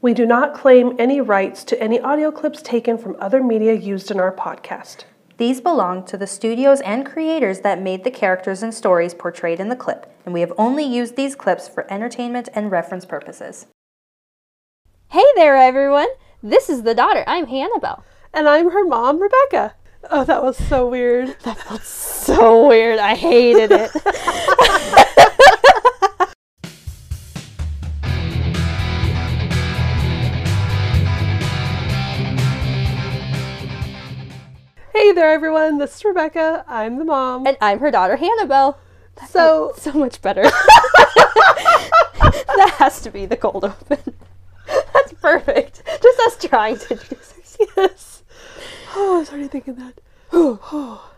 We do not claim any rights to any audio clips taken from other media used in our podcast. These belong to the studios and creators that made the characters and stories portrayed in the clip, and we have only used these clips for entertainment and reference purposes. Hey there, everyone! This is the daughter. I'm Hannibal. And I'm her mom, Rebecca. Oh, that was so weird. That felt so weird. I hated it. Hey there, everyone. This is Rebecca. I'm the mom. and I'm her daughter, Hannibal. so, So much better. that has to be the cold open. That's perfect. Just us trying to introduce ourselves. yes. Oh, I was already thinking that. All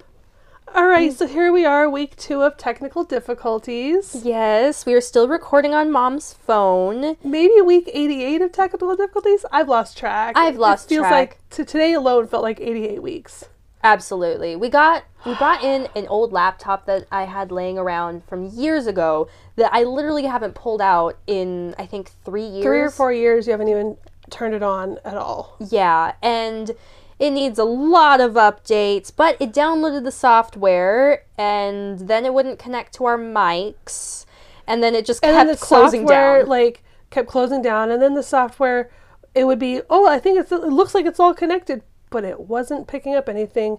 right, so here we are, week two of technical difficulties. Yes, we are still recording on mom's phone. Maybe week 88 of technical difficulties. I've lost track. I've lost it feels track. like to today alone felt like 88 weeks. Absolutely. We got we brought in an old laptop that I had laying around from years ago that I literally haven't pulled out in I think 3 years. Three or four years, you haven't even turned it on at all. Yeah, and it needs a lot of updates, but it downloaded the software and then it wouldn't connect to our mics and then it just And kept then the closing software down. like kept closing down, and then the software, it would be, oh, I think it's, it looks like it's all connected, but it wasn't picking up anything.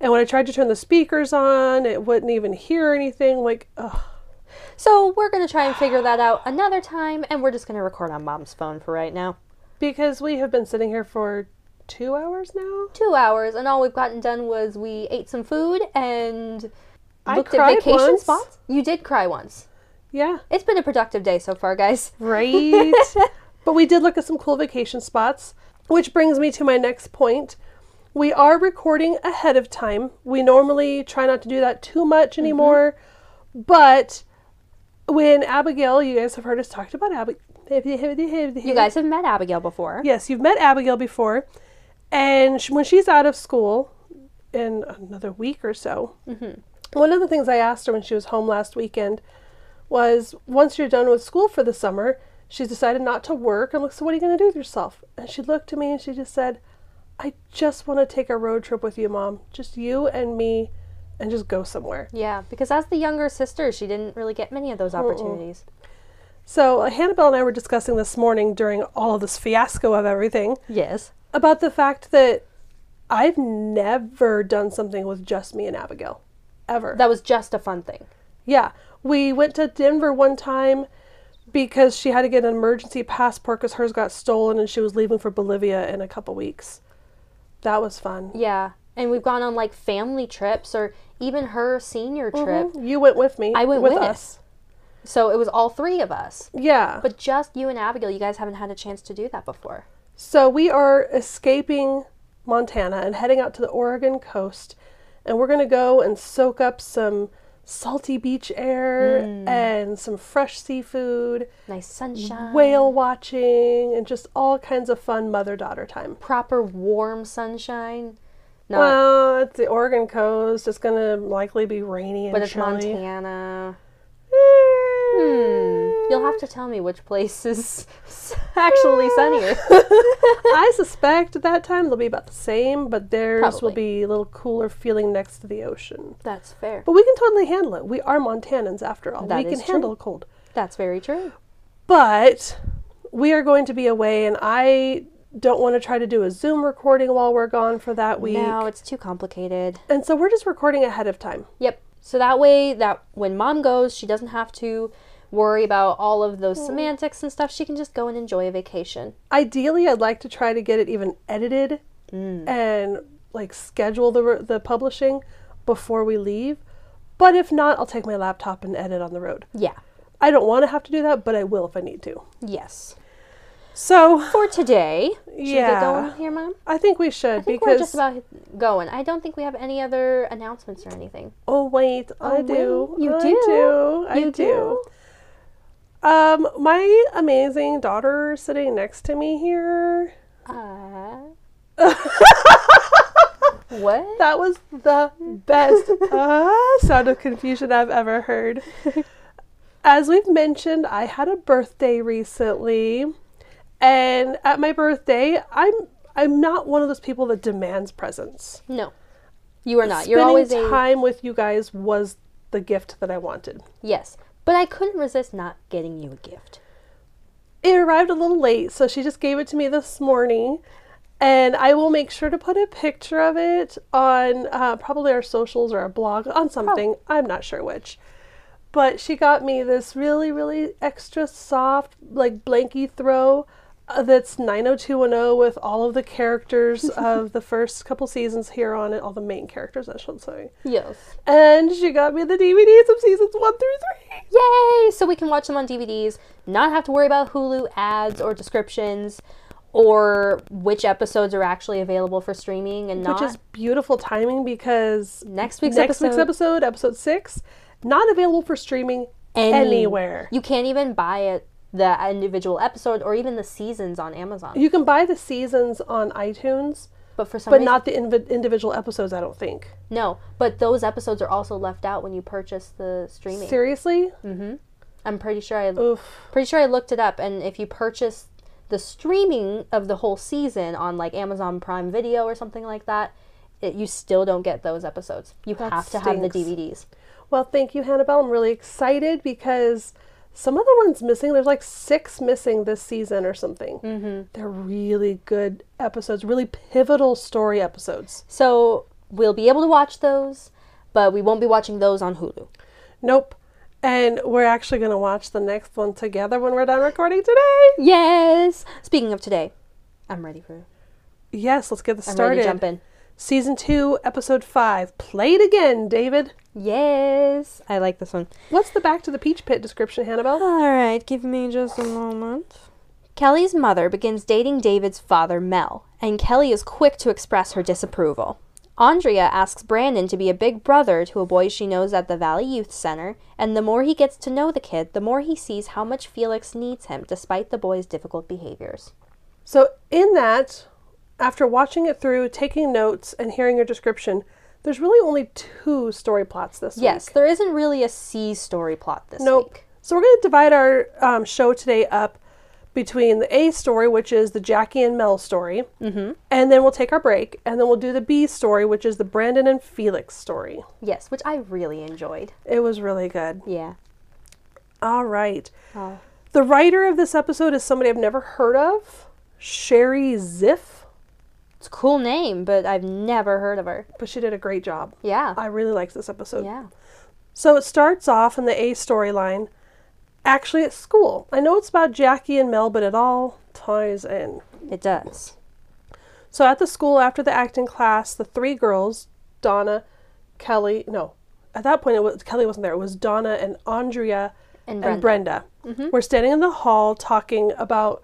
And when I tried to turn the speakers on, it wouldn't even hear anything. Like, ugh. So we're going to try and figure that out another time and we're just going to record on mom's phone for right now. because we have been sitting here for two hours now. 2 hours and all we've gotten done was we ate some food and I looked cried at vacation once. spots. You did cry once. Yeah, It's been a productive day so far, guys. right. but we did look at some cool vacation spots, which brings me to my next point. We are recording ahead of time. We normally try not to do that too much anymore, but when Abigail, you guys have heard us talked about Abigail. You guys have met Abigail before. Yes, you've met Abigail before, and sh when she's out of school in another week or so, one of the things I asked her when she was home last weekend was, once you're done with school for the summer, she's decided not to work. I'm like, so what are you going to do with yourself? And she looked at me and she just said, I just want to take a road trip with you, Mom. Just you and me, and just go somewhere. Yeah, because as the younger sister, she didn't really get many of those opportunities. So uh, Hannibal and I were discussing this morning during all of this fiasco of everything. Yes. about the fact that I've never done something with just me and Abigail. Ever. That was just a fun thing. yeah. We went to Denver one time because she had to get an emergency passport because hers got stolen and she was leaving for Bolivia in a couple weeks. That was fun. Yeah. And we've gone on like family trips or even her senior trip. You went with me. I went with, us. So it was all three of us. Yeah. But just you and Abigail, you guys haven't had a chance to do that before. So we are escaping Montana and heading out to the Oregon coast, and we're going to go and soak up some salty beach air Hmm. and some fresh seafood, Nice sunshine. whale watching, and just all kinds of fun mother daughter time. Proper warm sunshine. Not, Well, it's the Oregon coast. It's going to likely be rainy and but it's chilly. Montana. Hmm. Eh, You'll have to tell me which place is actually sunnier. I suspect at that time they'll be about the same, but theirs will Probably. be a little cooler feeling next to the ocean. That's fair. But we can totally handle it. We are Montanans after all. That we is can true. handle a cold. That's very true. But we are going to be away and I don't want to try to do a Zoom recording while we're gone for that week. No, it's too complicated. And so we're just recording ahead of time. Yep. So that way that when mom goes, she doesn't have to worry about all of those semantics and stuff. She can just go and enjoy a vacation. Ideally, I'd like to try to get it even edited Mm. and like schedule the re- the publishing before we leave. But if not, I'll take my laptop and edit on the road. Yeah. I don't want to have to do that, but I will if I need to. Yes. So For today, should we Yeah. get going here, mom? I think we should I think because we're just about going. I don't think we have any other announcements or anything. Oh wait, I Oh, do. wait, you I do? I You do. Um, my amazing daughter sitting next to me here. Uh... what? That was the best uh, sound of confusion I've ever heard. As we've mentioned, I had a birthday recently, And at my birthday, I'm I'm not one of those people that demands presents. No, you are not. You're Spending always a time with you guys was the gift that I wanted. yes. But I couldn't resist not getting you a gift. It arrived a little late, so she just gave it to me this morning. And I will make sure to put a picture of it on uh, probably our socials or our blog on something. I'm not sure which. But she got me this really, really extra soft, like blankie throw uh, that's 90210 with all of the characters of the first couple seasons here on it, all the main characters, I should say. Yes. And she got me the DVDs of seasons one through three. Yay! So we can watch them on DVDs, not have to worry about Hulu ads or descriptions or which episodes are actually available for streaming and not Which is beautiful timing because next week's next episode. week's episode, episode six, not available for streaming Any- anywhere. You can't even buy it the individual episode or even the seasons on Amazon. You can buy the seasons on iTunes, but for some but reason, not the inv- individual episodes. I don't think. no. But those episodes are also left out when you purchase the streaming. Seriously, Mm. I'm pretty sure I oof. pretty sure I looked it up and if you purchase the streaming of the whole season on like Amazon Prime Video or something like that, it, you still don't get those episodes. You have to have the stinks. DVDs. Well, thank you, Hannibal. I'm really excited because some of the ones missing. There's like six missing this season or something. Mm-hmm. They're really good episodes, really pivotal story episodes. So we'll be able to watch those, but we won't be watching those on Hulu. Nope. And we're actually going to watch the next one together when we're done recording today. Yes. Speaking of today, I'm ready for Yes, let's get this I'm started. ready to jump in. Season 2, Episode 5. Play it again, David. Yes. I like this one. What's the back to the peach pit description, Hannibal? All right, give me just a moment. Kelly's mother begins dating David's father, Mel, and Kelly is quick to express her disapproval. Andrea asks Brandon to be a big brother to a boy she knows at the Valley Youth Center, and the more he gets to know the kid, the more he sees how much Felix needs him despite the boy's difficult behaviors. So, in that, after watching it through, taking notes, and hearing your description, there's really only two story plots this week. Yes, there isn't really a C story plot this Nope. week. So we're going to divide our um, show today up between the A story, which is the Jackie and Mel story, mm-hmm. and then we'll take our break, and then we'll do the B story, which is the Brandon and Felix story. Yes, which I really enjoyed. It was really good. Yeah. All right. The writer of this episode is somebody I've never heard of, Sherry Ziff, It's a cool name, but I've never heard of her. but she did a great job. Yeah. I really liked this episode. yeah. So it starts off in the A storyline, actually at school. I know it's about Jackie and Mel, but it all ties in. It does. So at the school after the acting class, the three girls, Donna, Kelly, no, at that point it was Kelly wasn't there. It was Donna and Andrea And Mm-hmm. Brenda. We're standing in the hall talking about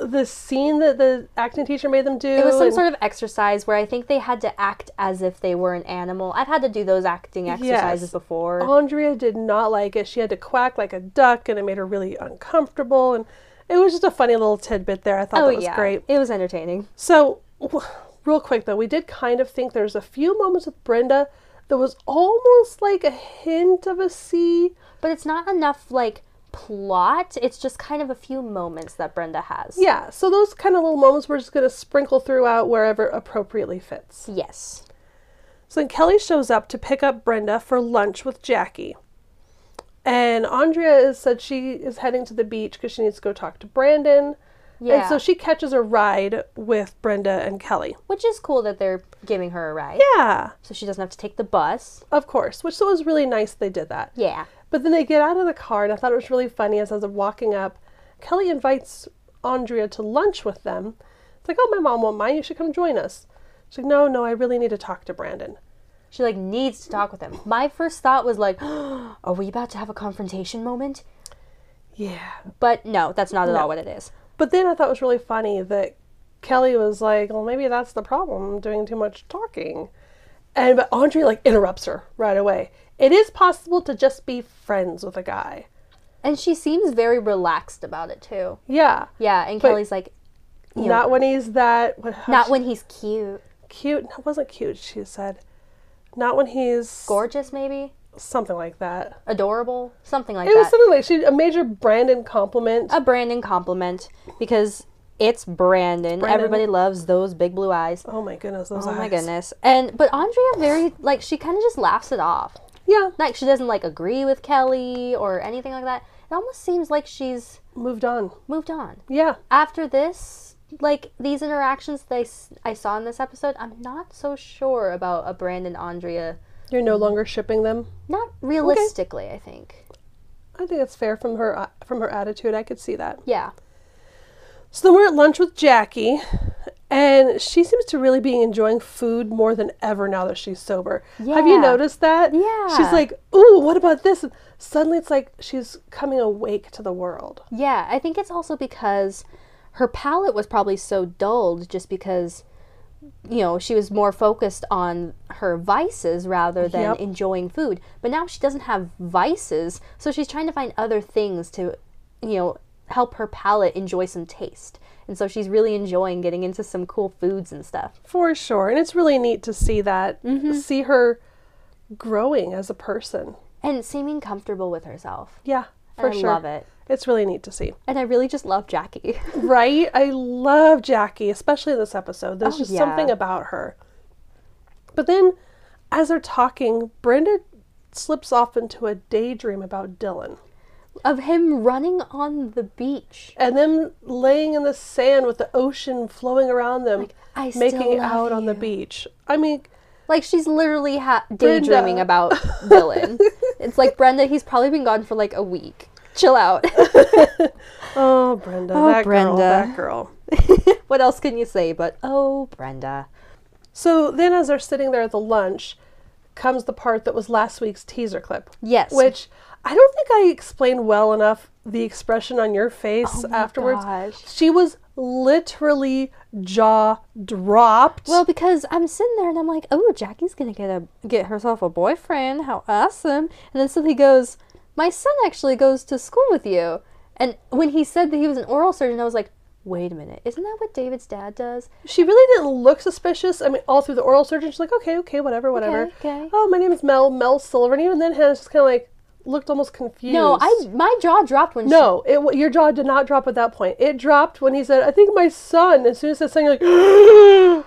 the scene that the acting teacher made them do. It was some and- sort of exercise where I think they had to act as if they were an animal. I've had to do those acting exercises Yes. Oh, before. Andrea did not like it. She had to quack like a duck, and it made her really uncomfortable. And it was just a funny little tidbit there. I thought Oh, that was great. It was entertaining. So, w- real quick though, we did kind of think there's a few moments with Brenda that was almost like a hint of a C. But it's not enough like plot. It's just kind of a few moments that Brenda has. Yeah, so those kind of little moments we're just going to sprinkle throughout wherever appropriately fits. Yes. So then Kelly shows up to pick up Brenda for lunch with Jackie. And Andrea is, said she is heading to the beach because she needs to go talk to Brandon. And Yeah. so she catches a ride with Brenda and Kelly. Which is cool that they're giving her a ride. Yeah, So she doesn't have to take the bus. of course, which so it was really nice they did that. Yeah. But then they get out of the car, and I thought it was really funny as I was walking up. Kelly invites Andrea to lunch with them. It's like, oh, my mom won't mind. You should come join us. She's like, no, no, I really need to talk to Brandon. She like needs to talk with him. My first thought was like, are we about to have a confrontation moment? Yeah. But no, that's not at all what it is. But then I thought it was really funny that Kelly was like, well, maybe that's the problem. I'm doing too much talking. And but Andrea like interrupts her right away. It is possible to just be friends with a guy. And she seems very relaxed about it too. Yeah. Yeah, and But- Kelly's like, you Not when he's that. What, how Not she- when he's cute. cute. No, it wasn't cute. She said, not when he's Gorgeous, maybe? something like that. Adorable, something like It was that. something like she a major Brandon compliment. a Brandon compliment because it's Brandon. Everybody loves those big blue eyes. oh my goodness, those Oh my eyes. goodness. And but Andrea very like she kind of just laughs it off. Yeah, Like she doesn't like agree with Kelly or anything like that. It almost seems like she's moved on. moved on. Yeah, After this, like these interactions that I, s- I saw in this episode, I'm not so sure about a Brandon Andrea. you're Mm-hmm. no longer shipping them. Not realistically, I think. I think that's fair from her uh, from her attitude. I could see that. Yeah. So then we're at lunch with Jackie, and she seems to really be enjoying food more than ever now that she's sober. Have Yeah. you noticed that? Yeah. She's like, ooh, what about this? And suddenly it's like she's coming awake to the world. Yeah, I think it's also because her palate was probably so dulled just because you know, she was more focused on her vices rather than Yep. enjoying food. But now she doesn't have vices, so she's trying to find other things to, you know, help her palate enjoy some taste. And so she's really enjoying getting into some cool foods and stuff. For sure. And it's really neat to see that, Mm-hmm. see her growing as a person. And seeming comfortable with herself. Yeah, for And I sure. love it. It's really neat to see. And I really just love Jackie. Right? I love Jackie, especially in this episode. There's Oh, just yeah. something about her. But then, as they're talking, Brenda slips off into a daydream about Dylan of him running on the beach. and them laying in the sand with the ocean flowing around them, "I still making love out on the you." beach. I mean, Like she's literally ha- daydreaming Brenda. about Dylan. it's like Brenda. He's probably been gone for like a week. Chill out. oh, Brenda, that Brenda. girl, that girl. what else can you say? But oh, Brenda. So then, as they're sitting there at the lunch, comes the part that was last week's teaser clip. Yes. Which I don't think I explained well enough the expression on your face Oh my afterwards. gosh. She was literally jaw dropped. Well, because I'm sitting there and I'm like, oh, Jackie's gonna get a get herself a boyfriend. How awesome! And then suddenly he goes, my son actually goes to school with you. And when he said that he was an oral surgeon, I was like, wait a minute, isn't that what David's dad does? she really didn't look suspicious. I mean, all through the oral surgeon, she's like, okay, okay, whatever, whatever. okay. Oh, my name is Mel, Mel Silver. And even then, Hannah's just kind of like looked almost confused. No, I my jaw dropped when she No, it, w- your jaw did not drop at that point. It dropped when he said, I think my son. As soon as that son, you're like,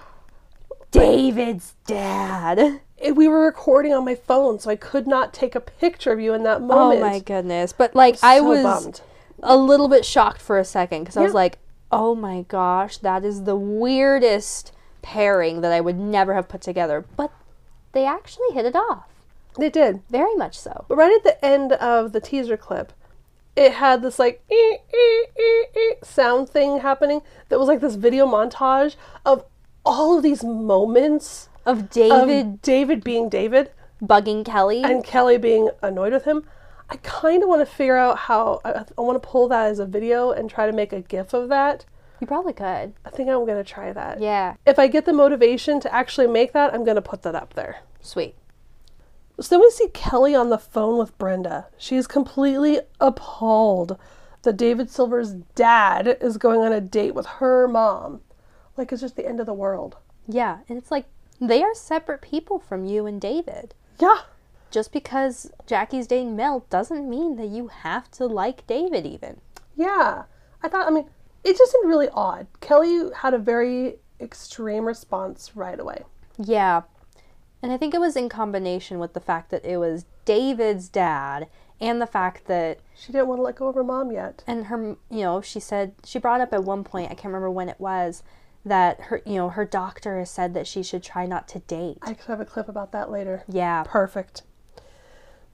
David's dad. it- we were recording on my phone, so I could not take a picture of you in that Oh moment. my goodness. But like I so was bummed. a little bit shocked for a second cuz I was Yeah. like, "Oh my gosh, that is the weirdest pairing that I would never have put together." But they actually hit it off. They did. Very much so. But right at the end of the teaser clip, it had this like "ee, ee, ee, ee" sound thing happening that was like this video montage of all of these moments Of of David David being David bugging Kelly. Um, and Kelly being annoyed with him. I kind of want to figure out how I, I want to pull that as a video and try to make a GIF of that. you probably could. I think I'm gonna try that. Yeah. If I get the motivation to actually make that, I'm gonna put that up there. Sweet. So then we see Kelly on the phone with Brenda. She's completely appalled that David Silver's dad is going on a date with her mom. Like it's just the end of the world. Yeah, and it's like they are separate people from you and David. Yeah. Just because Jackie's dating Mel doesn't mean that you have to like David even. Yeah. I thought, I mean, it just seemed really odd. Kelly had a very extreme response right away. Yeah. And I think it was in combination with the fact that it was David's dad and the fact that She didn't want to let go of her mom yet. and her you know, she said she brought up at one point, I can't remember when it was, that her you know, her doctor has said that she should try not to date. I could have a clip about that later. yeah. Perfect.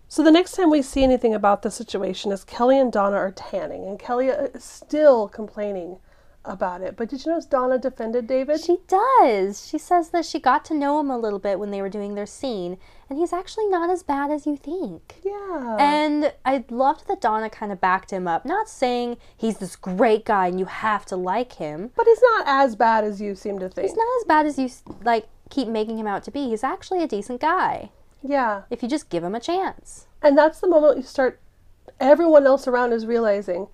So the next time we see anything about the situation is Kelly and Donna are tanning, and Kelly is still complaining about it. But did you notice Donna defended David? She does. She says that she got to know him a little bit when they were doing their scene, and he's actually not as bad as you think. yeah. And I loved that Donna kind of backed him up, not saying he's this great guy and you have to like him, but he's not as bad as you seem to think. He's not as bad as you like keep making him out to be. He's actually a decent guy yeah. if you just give him a chance. And that's the moment you start, everyone else around is realizing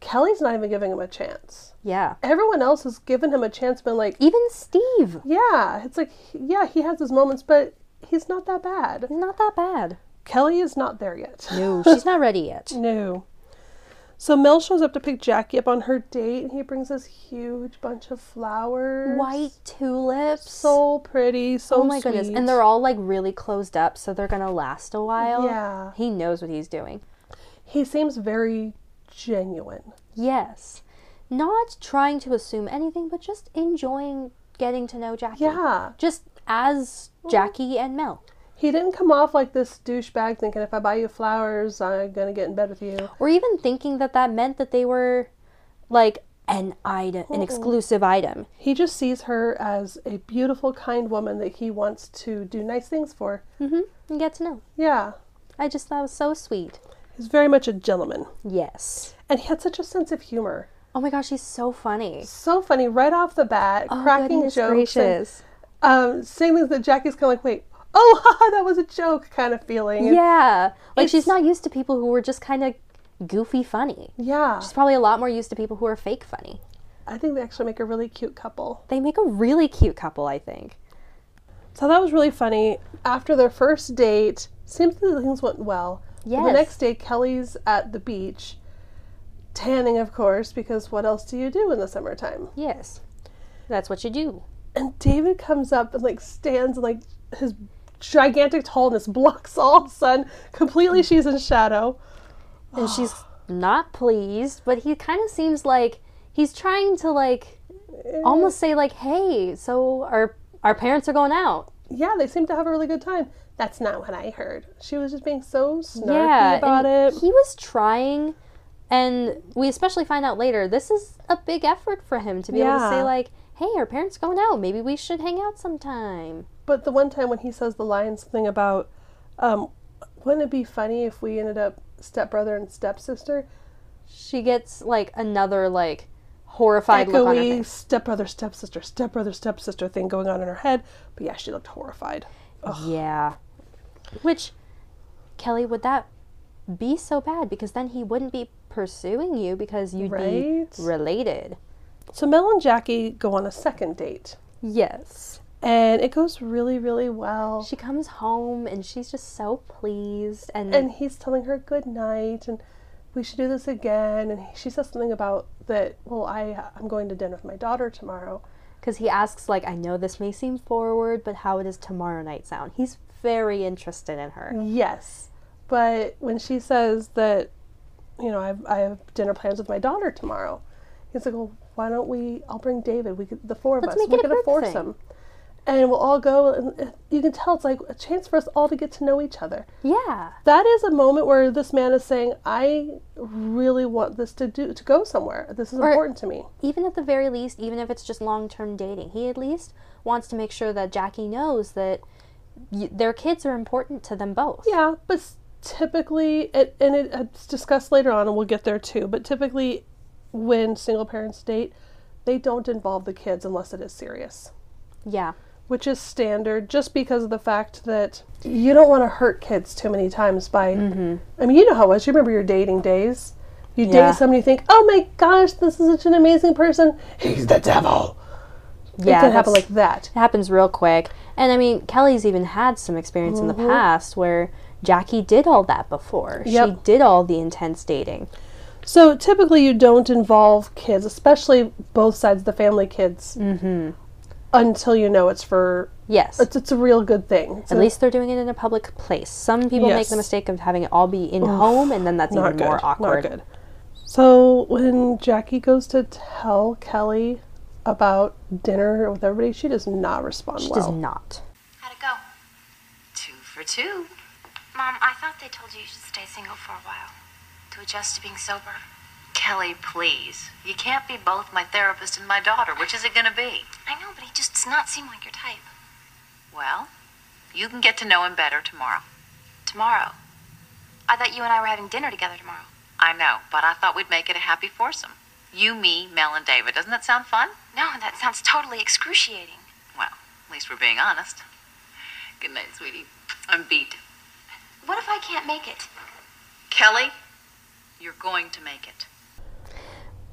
Kelly's not even giving him a chance. Yeah. Everyone else has given him a chance, been like, Even Steve, yeah, it's like, yeah, he has his moments, but he's not that bad. he's not that bad. Kelly is not there yet. No, she's not ready yet. No. So Mel shows up to pick Jackie up on her date, and he brings this huge bunch of flowers. White tulips. So pretty. So oh my goodness. sweet. And they're all like really closed up, so they're going to last a while. Yeah. He knows what he's doing. he seems very genuine. Yes. Not trying to assume anything, but just enjoying getting to know Jackie. Yeah. Just as Jackie and Mel. He didn't come off like this douchebag thinking if I buy you flowers, I'm gonna get in bed with you. Or even thinking that that meant that they were like an item, an exclusive item. He just sees her as a beautiful, kind woman that he wants to do nice things for. Mm-hmm. And get to know. Yeah. I just thought it was so sweet. He's very much a gentleman. Yes. And he had such a sense of humor. Oh my gosh, he's so funny. So funny right off the bat, Oh, cracking goodness jokes. and, gracious. um, saying things that Jackie's kind of like, wait, oh, haha, that was a joke kind of feeling. And- yeah. Like she's it's- not used to people who were just kind of goofy funny. Yeah. She's probably a lot more used to people who are fake funny. I think they actually make a really cute couple. They make a really cute couple, I think. So that was really funny. After their first date, seems that things went well. Well, The Yes. next day, Kelly's at the beach, tanning, of course, because what else do you do in the summertime? Yes. That's what you do. And David comes up and like stands and like his gigantic tallness blocks all sun completely. She's in shadow. And she's not pleased, but he kind of seems like he's trying to like Eh. almost say like, "Hey, so our our parents are going out." Yeah, they seem to have a really good time. That's not what I heard. She was just being so snarky yeah, about it. and He was trying and we especially find out later this is a big effort for him to be able to say Yeah. like, "Hey, our parents are going out. Maybe we should hang out sometime." But the one time when he says the line something about, um, wouldn't it be funny if we ended up stepbrother and stepsister? She gets like another like horrified look on her face. Echoey stepbrother, stepsister, stepbrother, stepsister thing going on in her head. But yeah, she looked horrified. Yeah. Which, Kelly, would that be so bad? Because then he wouldn't be pursuing you because you'd Right? be related. So Mel and Jackie go on a second date. Yes. And it goes really, really well. She comes home and she's just so pleased. And, and he's telling her good night and we should do this again. And she says something about that, well, I, I'm going to dinner with my daughter tomorrow. because he asks, like, I know this may seem forward, but how does tomorrow night sound? He's very interested in her. Mm. Yes, but when she says that, you know, I've, I have dinner plans with my daughter tomorrow, he's like, well, why don't we? I'll bring David. We could, the four of Let's us. make we it a could group force thing." him, and we'll all go. And uh, you can tell it's like a chance for us all to get to know each other. Yeah. That is a moment where this man is saying, I really want this to do to go somewhere. This is important to me. Even at the very least, even if it's just long term dating, he at least wants to make sure that Jackie knows that y- their kids are important to them both. Yeah, but s- typically, it, and it, uh, it's discussed later on, and we'll get there too. But typically, when single parents date, they don't involve the kids unless it is serious, Yeah. which is standard just because of the fact that you don't want to hurt kids too many times by. I mean, you know how it was. You remember your dating days. You Mm-hmm. Yeah. date somebody, you think, oh my gosh, this is such an amazing person. He's the devil. Yeah, it can happen that's- like that. It happens real quick. And I mean, Kelly's even had some experience Mm-hmm. in the past where Jackie did all that before. She Yep. did all the intense dating. So typically, you don't involve kids, especially both sides of the family kids, mm-hmm. until you know it's for Yes. it's, it's a real good thing. It's At a- least they're doing it in a public place. Some people make Yes. the mistake of having it all be in home, and then that's even not good, more awkward. Not good. So when Jackie goes to tell Kelly about dinner with everybody, she does not respond She well. does not. How'd it go? Two for two. Mom, I thought they told you you should stay single for a while to adjust to being sober. Kelly, please. You can't be both my therapist and my daughter. Which is it going to be? I know, but he just does not seem like your type. Well, you can get to know him better tomorrow. Tomorrow. I thought you and I were having dinner together tomorrow. I know, but I thought we'd make it a happy foursome. You, me, Mel, and David. Doesn't that sound fun? No, that sounds totally excruciating. Well, at least we're being honest. Good night, sweetie. I'm beat. What if I can't make it? Kelly, you're going to make it.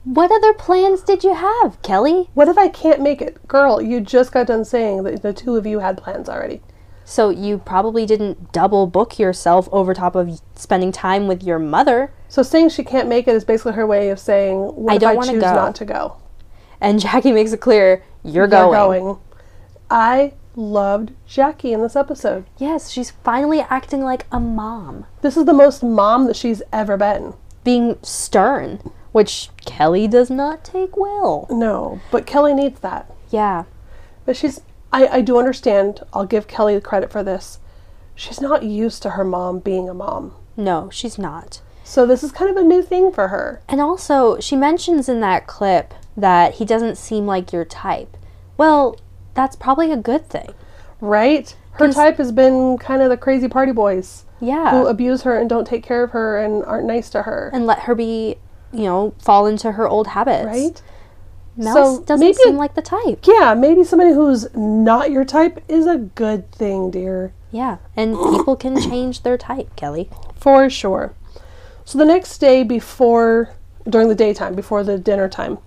What other plans did you have, Kelly? What if I can't make it, girl? You just got done saying that the two of you had plans already. So you probably didn't double book yourself over top of spending time with your mother. So saying she can't make it is basically her way of saying, what I if don't I wanna choose go. not to go? And Jackie makes it clear, you're You're going. going. I loved Jackie in this episode. Yes, she's finally acting like a mom, This is the most mom that she's ever been. being stern, which Kelly does not take well. No, but Kelly needs that. Yeah. But she's, I, I do understand. I'll give Kelly the credit for this. She's not used to her mom being a mom. No, she's not. So this is kind of a new thing for her. And also, she mentions in that clip that he doesn't seem like your type. Well, that's probably a good thing. Right? Her Cons- type has been kind of the crazy party boys who Yeah. abuse her and don't take care of her and aren't nice to her. And let her be, you know, fall into her old habits. Right? Mel So doesn't maybe- seem like the type. Yeah, maybe somebody who's not your type is a good thing, dear. Yeah. And people can change their type, Kelly. For sure. So the next day before during the daytime, before the dinner time,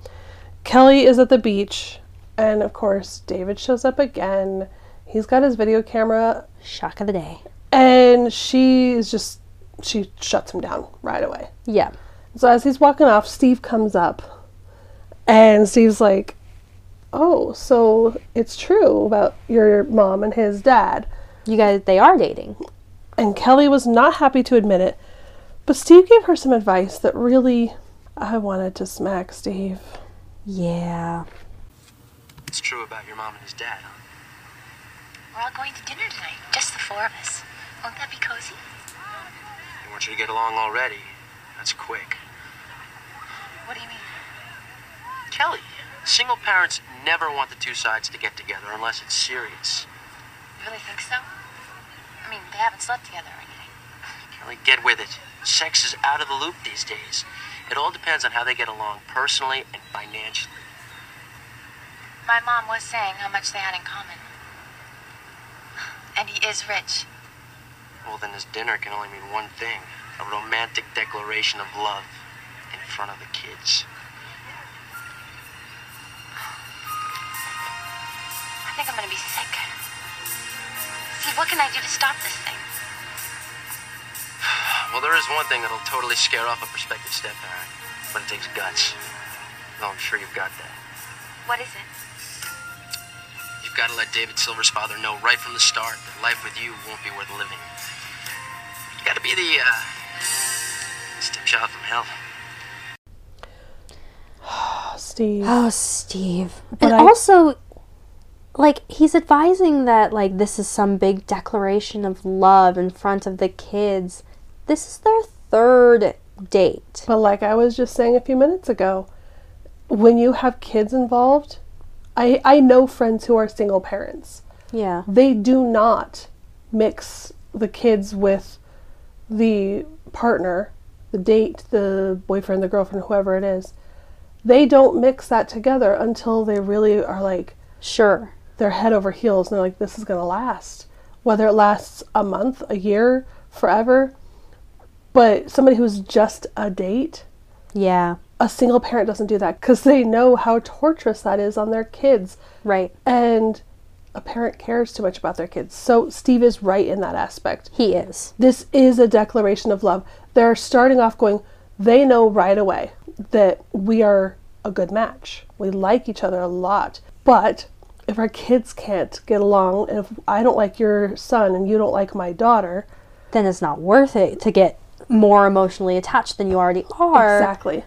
Kelly is at the beach and of course David shows up again. He's got his video camera Shock of the day. and she's just she shuts him down right away. Yeah. So as he's walking off, Steve comes up and Steve's like, "Oh, so it's true about your mom and his dad." You guys, they are dating. and Kelly was not happy to admit it. But Steve gave her some advice that really I wanted to smack Steve. Yeah. It's true about your mom and his dad, huh? We're all going to dinner tonight, just the four of us. Won't that be cozy? They want you to get along already. That's quick. What do you mean? Kelly, single parents never want the two sides to get together unless it's serious. You really think so? I mean, they haven't slept together or anything. Kelly, get with it. Sex is out of the loop these days. It all depends on how they get along personally and financially. My mom was saying how much they had in common. And he is rich. Well, then this dinner can only mean one thing a romantic declaration of love in front of the kids. I think I'm gonna be sick. Steve, what can I do to stop this thing? Well, there is one thing that'll totally scare off a prospective step parent, but it takes guts. Though I'm sure you've got that. What is it? You've got to let David Silver's father know right from the start that life with you won't be worth living. You got to be the uh, stepchild from hell. Oh, Steve. Oh, Steve. But and I- also, like, he's advising that, like, this is some big declaration of love in front of the kids. This is their third date. But like I was just saying a few minutes ago, when you have kids involved, I I know friends who are single parents. Yeah. They do not mix the kids with the partner, the date, the boyfriend, the girlfriend, whoever it is. They don't mix that together until they really are like Sure. they're head over heels and they're like, this is going to last. Whether it lasts a month, a year, forever. But somebody who's just a date, Yeah. a single parent doesn't do that because they know how torturous that is on their kids. Right. And a parent cares too much about their kids. So Steve is right in that aspect. He is. This is a declaration of love. They're starting off going, they know right away that we are a good match. We like each other a lot. But if our kids can't get along, and if I don't like your son and you don't like my daughter, Then it's not worth it to get more emotionally attached than you already are. exactly.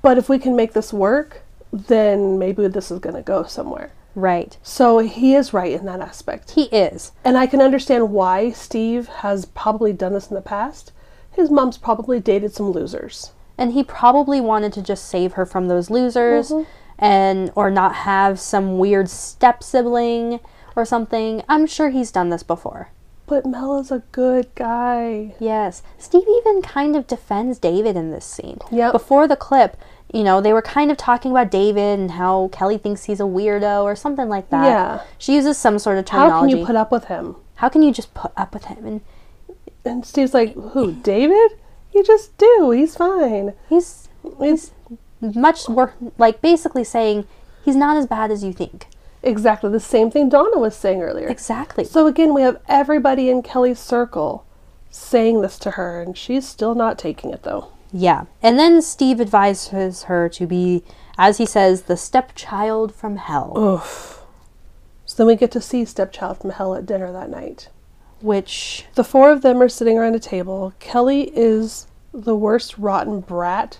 But if we can make this work, then maybe this is going to go somewhere. Right. So he is right in that aspect. He is. And I can understand why Steve has probably done this in the past. His mom's probably dated some losers. and he probably wanted to just save her from those losers and or not have some weird step sibling or something i'm sure he's done this before But Mel is a good guy. yes steve even kind of defends david in this scene Yep. before the clip you know they were kind of talking about david and how kelly thinks he's a weirdo or something like that Yeah. she uses some sort of How can terminology you put up with him? how can you just put up with him and And Steve's like, Who, David? You just do. He's fine. he's He's, much worse like basically saying he's not as bad as you think Exactly the same thing Donna was saying earlier. Exactly. So again, we have everybody in Kelly's circle saying this to her, and she's still not taking it though. Yeah. And then Steve advises her to be, as he says, the stepchild from hell, Oh. So then we get to see Stepchild from Hell at dinner that night. which, The four of them are sitting around a table. Kelly is the worst rotten brat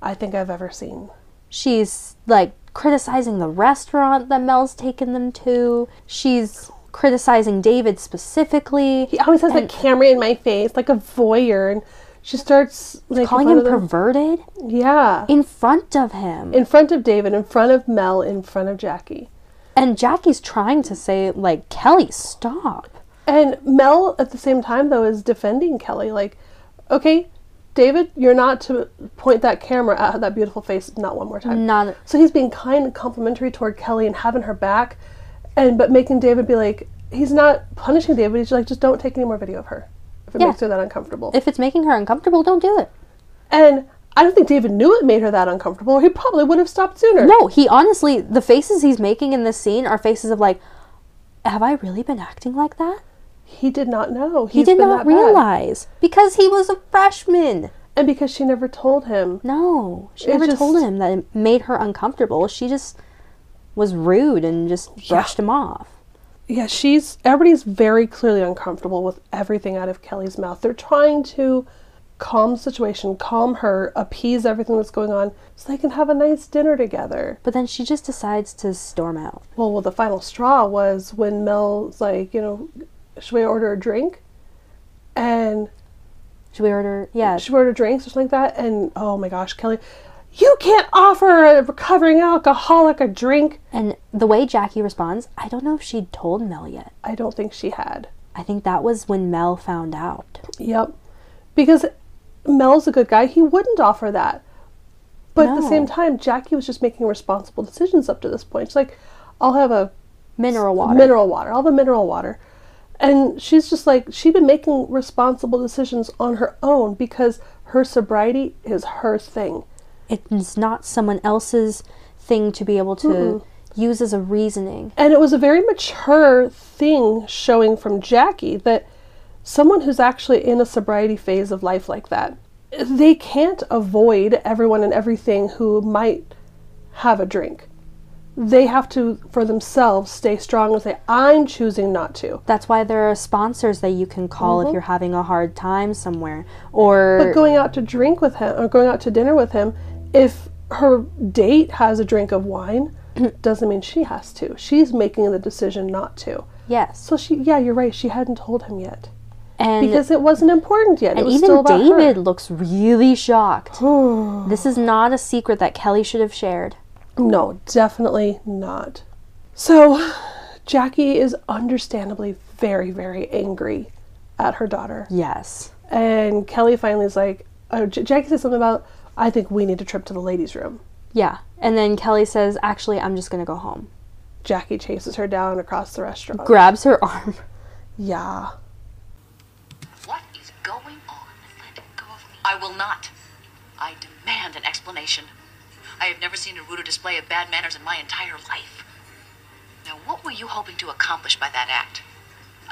I think I've ever seen. She's like criticizing the restaurant that Mel's taken them to. She's criticizing David specifically. He always has that camera in my face, like a voyeur, and she starts like calling him perverted Yeah, in front of him. in front of David, in front of Mel, in front of Jackie. And Jackie's trying to say, like, Kelly, stop. And Mel, at the same time, though, is defending Kelly. Like, okay, David, you're not to point that camera at that beautiful face not one more time. Not- So he's being kind and complimentary toward Kelly and having her back, and but making David be like, he's not punishing David. He's like, just don't take any more video of her if it Yeah. makes her that uncomfortable. If it's making her uncomfortable, don't do it. and I don't think David knew it made her that uncomfortable. or He probably would have stopped sooner. No, he honestly, the faces he's making in this scene are faces of like, have I really been acting like that? he did not know. He He's did been not that bad. realize because he was a freshman. and because she never told him. No, she It never just- told him that it made her uncomfortable. She just was rude and just brushed him off. yeah, she's everybody's very clearly uncomfortable with everything out of Kelly's mouth. They're trying to calm the situation, calm her, appease everything that's going on, so they can have a nice dinner together. But then she just decides to storm out. Well, well, the final straw was when Mel's like, you know, should we order a drink? And Should we order? Yeah, she ordered drinks or something like that. And oh my gosh, Kelly, you can't offer a recovering alcoholic a drink. And the way Jackie responds, I don't know if she'd told Mel yet. I don't think she had. I think that was when Mel found out. Yep. Because Mel's a good guy. He wouldn't offer that. But at the same No. time, Jackie was just making responsible decisions up to this point. She's like, I'll have a Mineral water. mineral water. I'll have a mineral water. And she's just like, she'd been making responsible decisions on her own because her sobriety is her thing. It's not someone else's thing to be able to use as a reasoning. And it was a very mature thing showing from Jackie that someone who's actually in a sobriety phase of life like that, they can't avoid everyone and everything who might have a drink. They have to, for themselves, stay strong and say, I'm choosing not to. That's why there are sponsors that you can call if you're having a hard time somewhere. Or Mm-hmm. But going out to drink with him or going out to dinner with him, if her date has a drink of wine, doesn't mean she has to. She's making the decision not to. yes. So she, yeah, you're right. She hadn't told him yet. and because it wasn't important yet. it and was even still about her. David looks really shocked. this is not a secret that Kelly should have shared. No, definitely not. So, Jackie is understandably very, very angry at her daughter. Yes. And Kelly finally is like, oh, J- Jackie says something about, I think we need a trip to the ladies' room. Yeah. And then Kelly says, "Actually, I'm just going to go home." Jackie chases her down across the restaurant. Grabs her arm. yeah. What is going on? Let go of me. I will not. I demand an explanation. I have never seen a ruder display of bad manners in my entire life. Now, what were you hoping to accomplish by that act?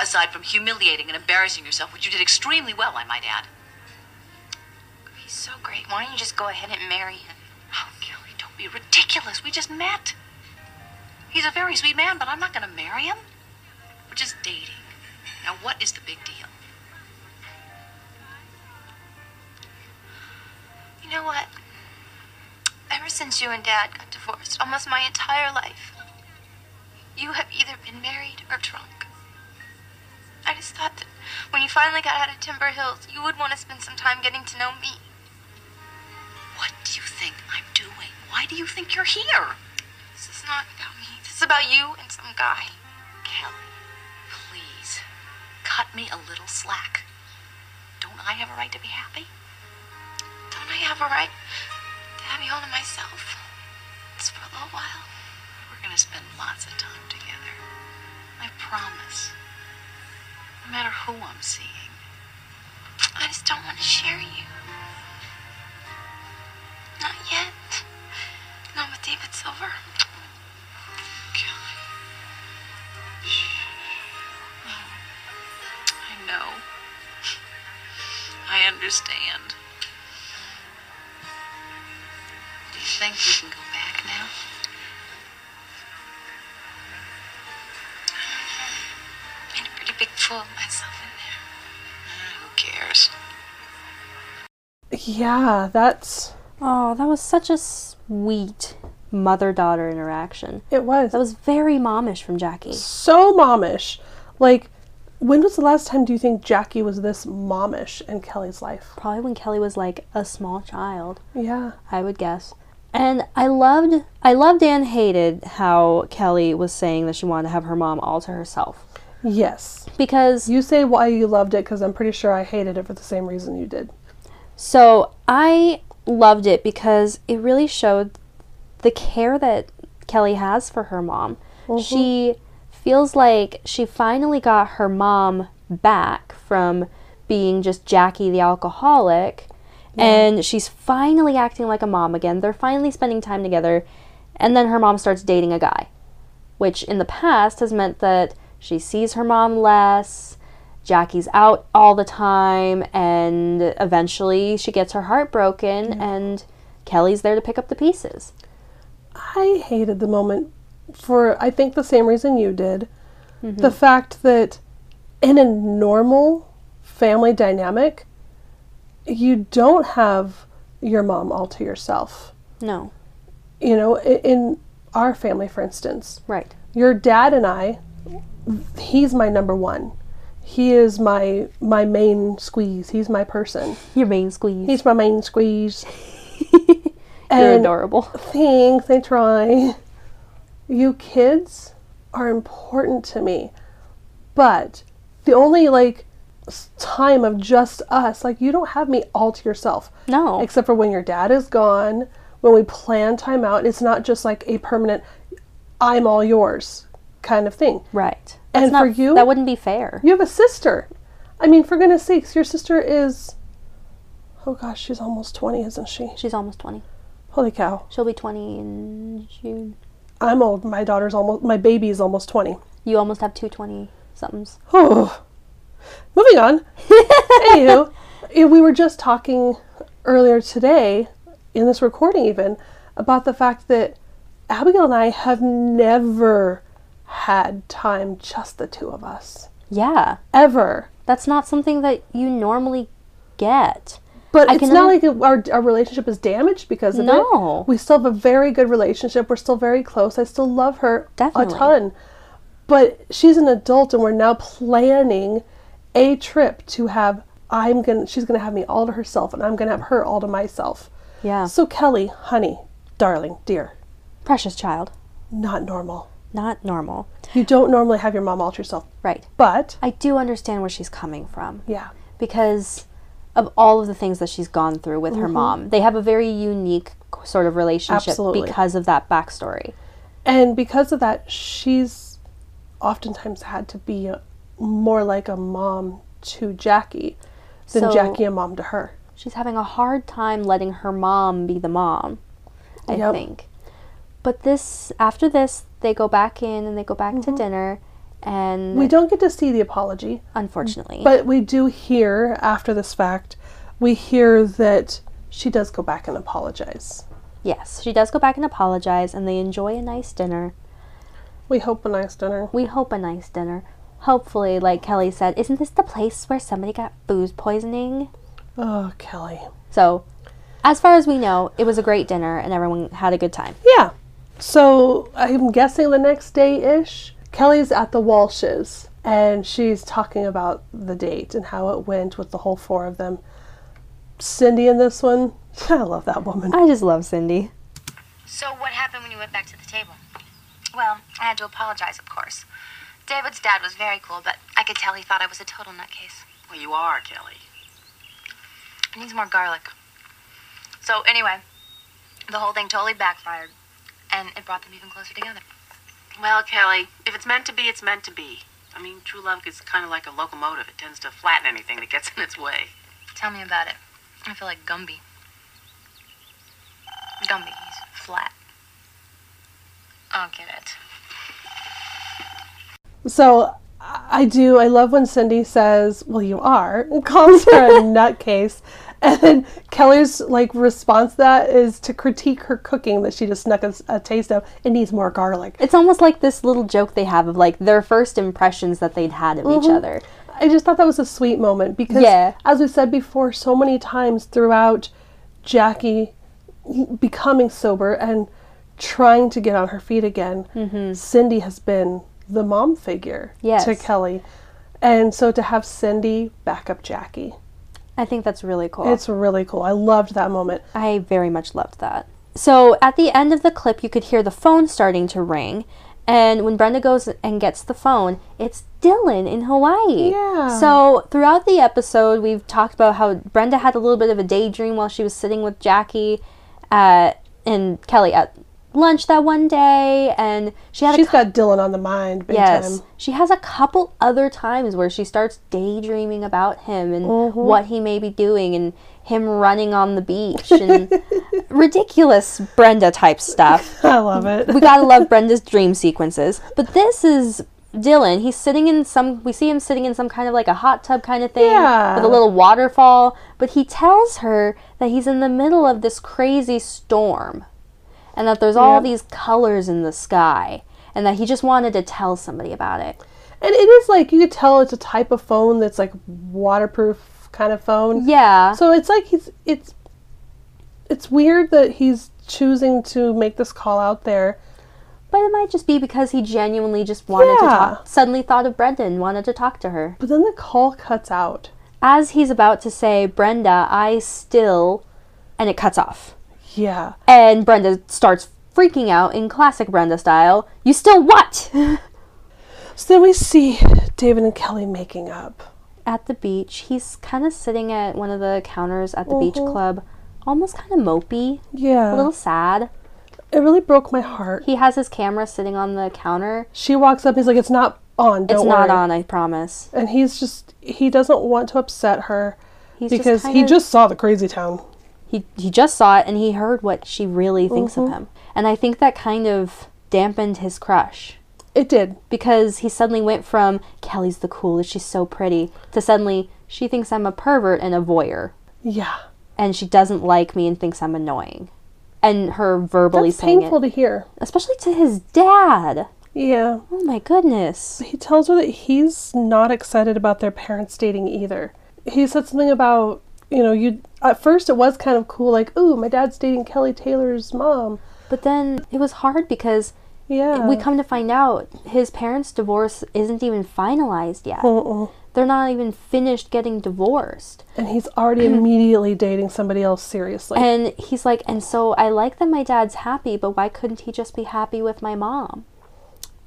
Aside from humiliating and embarrassing yourself, which you did extremely well, I might add. He's so great. Why don't you just go ahead and marry him? Oh, Kelly, don't be ridiculous. We just met. He's a very sweet man, but I'm not going to marry him. We're just dating. Now, what is the big deal? You know what? Ever since you and Dad got divorced, almost my entire life, you have either been married or drunk. I just thought that when you finally got out of Timber Hills, you would want to spend some time getting to know me. What do you think I'm doing? Why do you think you're here? This is not about me. This is about you and some guy. Kelly, please, cut me a little slack. Don't I have a right to be happy? Don't I have a right to have you all to myself? Just for a little while. We're gonna spend lots of time together. I promise. No matter who I'm seeing. I just don't want to share you. Not yet. Not with David Silver. Kelly. understand. Do you think we can go back now? I made a pretty big fool of myself in there. Ah, Who cares? Yeah, that's Oh, that was such a sweet mother daughter interaction. it was. That was very momish from Jackie. so momish. Like, when was the last time do you think Jackie was this momish in Kelly's life? Probably when Kelly was like a small child. Yeah. I would guess. And I loved, I loved and hated how Kelly was saying that she wanted to have her mom all to herself Yes. because You say why you loved it because I'm pretty sure I hated it for the same reason you did. So I loved it because it really showed the care that Kelly has for her mom. She feels like she finally got her mom back from being just Jackie the alcoholic. And she's finally acting like a mom again. They're finally spending time together. And then her mom starts dating a guy, which in the past has meant that she sees her mom less, Jackie's out all the time, and eventually she gets her heart broken, and Kelly's there to pick up the pieces. I hated the moment for I think the same reason you did. The fact that in a normal family dynamic, you don't have your mom all to yourself. No, You know, i- in our family, for instance, right. your dad and I, he's my number one. He is my my main squeeze. He's my person. Your main squeeze. He's my main squeeze. You're and adorable. Thanks, I try. You kids are important to me, but the only like s- time of just us, like you don't have me all to yourself. No. except for when your dad is gone, when we plan time out. It's not just like a permanent "I'm all yours" kind of thing. Right. And That's for not- you- that wouldn't be fair. You have a sister. I mean, for goodness sakes, your sister is. Oh gosh, she's almost 20, isn't she? She's almost twenty. Holy cow. She'll be twenty in June. I'm old. My daughter's almost. My baby is almost 20. You almost have two twenty somethings. Oh. Moving on. Anywho, eh, we were just talking earlier today, in this recording even, about the fact that Abigail and I have never had time just the two of us. Yeah, Ever. that's not something that you normally get. But I it's can not only- like it, our, our relationship is damaged because of No. it. We still have a very good relationship. We're still very close. I still love her Definitely. a ton. But she's an adult and we're now planning a trip to have I'm going to she's going to have me all to herself and I'm going to have her all to myself. Yeah, So Kelly, honey, darling, dear, precious child, not normal. not normal. You don't normally have your mom all to yourself. Right. But I do understand where she's coming from. yeah. because of all of the things that she's gone through with Mm-hmm. her mom. They have a very unique c- sort of relationship Absolutely. because of that backstory. And because of that, she's oftentimes had to be a, more like a mom to Jackie than So- Jackie a mom to her. She's having a hard time letting her mom be the mom, I Yep. think. But this after this, they go back in and they go back to dinner and Mm-hmm. We don't get to see the apology, unfortunately. but we do hear after this fact, we hear that she does go back and apologize. yes, she does go back and apologize and they enjoy a nice dinner. We hope a nice dinner. We hope a nice dinner. Hopefully, like Kelly said, isn't this the place where somebody got booze poisoning? Oh, Kelly. So, as far as we know, it was a great dinner and everyone had a good time. Yeah. So I'm guessing the next day ish, Kelly's at the Walshes and she's talking about the date and how it went with the whole four of them. Cindy in this one, I love that woman. I just love Cindy. So what happened when you went back to the table? Well, I had to apologize, of course. David's dad was very cool, but I could tell he thought I was a total nutcase. Well, you are, Kelly. It needs more garlic. So anyway, the whole thing totally backfired, and it brought them even closer together. Well, Kelly, if it's meant to be, it's meant to be. I mean, true love is kind of like a locomotive. It tends to flatten anything that gets in its way. Tell me about it. I feel like Gumby. Gumby, he's flat. I'll get it. So I I do. I love when Cindy says, "Well, you are," and calls her a nutcase, and then Kelly's like response to that is to critique her cooking that she just snuck a, s- a taste of. It needs more garlic. It's almost like this little joke they have of like their first impressions that they'd had of each other. I just thought that was a sweet moment because, Yeah. as we said before, so many times throughout Jackie becoming sober and trying to get on her feet again, Cindy has been the mom figure to Mm-hmm. Yes. Kelly. And so to have Cindy back up Jackie, I think that's really cool. it's really cool. I loved that moment. I very much loved that. So at the end of the clip, you could hear the phone starting to ring. And when Brenda goes and gets the phone, it's Dylan in Hawaii. Yeah. So throughout the episode, we've talked about how Brenda had a little bit of a daydream while she was sitting with Jackie at, and Kelly at lunch that one day. And she had a She's got Dylan on the mind big Yes. time. She has a couple other times where she starts daydreaming about him and Mm-hmm. what he may be doing and him running on the beach and ridiculous Brenda type stuff. I love it. We gotta love Brenda's dream sequences. But this is Dylan. He's sitting in some, we see him sitting in some kind of like a hot tub kind of thing Yeah. with a little waterfall. But he tells her that he's in the middle of this crazy storm and that there's all these colors in the sky and that he just wanted to tell somebody about it. And it is like you could tell it's a type of phone that's like waterproof kind of phone. Yeah. So it's like he's it's it's weird that he's choosing to make this call out there. but it might just be because he genuinely just wanted to Yeah. talk, suddenly thought of Brenda and wanted to talk to her. But then the call cuts out. As he's about to say, Brenda, I still, and it cuts off. Yeah. And Brenda starts freaking out in classic Brenda style. You still what? So then we see David and Kelly making up. at the beach, he's kind of sitting at one of the counters at the beach Uh-huh. club, almost kind of mopey, Yeah. a little sad. it really broke my heart. He has his camera sitting on the counter. She walks up. He's like, "It's not on. Don't it's worry." not on, I promise. And he's just he doesn't want to upset her He's because kind he of- just saw the crazy town. he he just saw it and he heard what she really thinks Uh-huh. of him. And I think that kind of dampened his crush It did. because he suddenly went from Kelly's the coolest, she's so pretty, to suddenly she thinks I'm a pervert and a voyeur Yeah. and she doesn't like me and thinks I'm annoying. And her verbally That's saying painful to it, hear. especially to his dad. Yeah. Oh my goodness. he tells her that he's not excited about their parents dating either. He said something about, you know, you at first it was kind of cool, like, ooh, my dad's dating Kelly Taylor's mom. But then it was hard because Yeah. we come to find out his parents' divorce isn't even finalized yet. Uh-uh. They're not even finished getting divorced. And he's already immediately dating somebody else seriously. Mm. And he's like, and so I like that my dad's happy, but why couldn't he just be happy with my mom?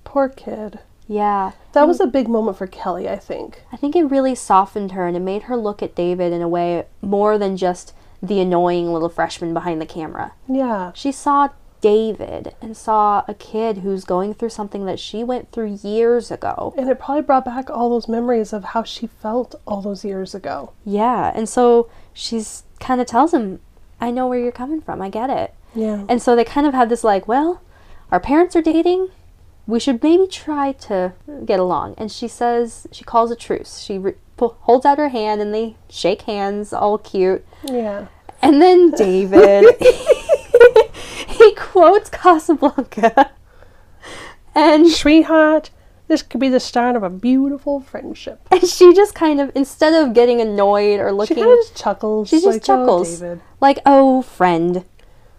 Poor kid. Yeah. That was a big moment for Kelly, I think. Mm. I think it really softened her and it made her look at David in a way more than just the annoying little freshman behind the camera. Yeah. She saw David and saw a kid who's going through something that she went through years ago. And it probably brought back all those memories of how she felt all those years ago. Yeah. And so she's kind of tells him, I know where you're coming from. I get it. Yeah. And so they kind of had this like, well, our parents are dating. We should maybe try to get along. And she says, she calls a truce. She re- pu- holds out her hand and they shake hands, all cute. Yeah. And then David, he quotes Casablanca. And Sweetheart, this could be the start of a beautiful friendship. and she just kind of, instead of getting annoyed or She looking, kind of just chuckles. she just like, "Oh, chuckles. David. like, oh, friend.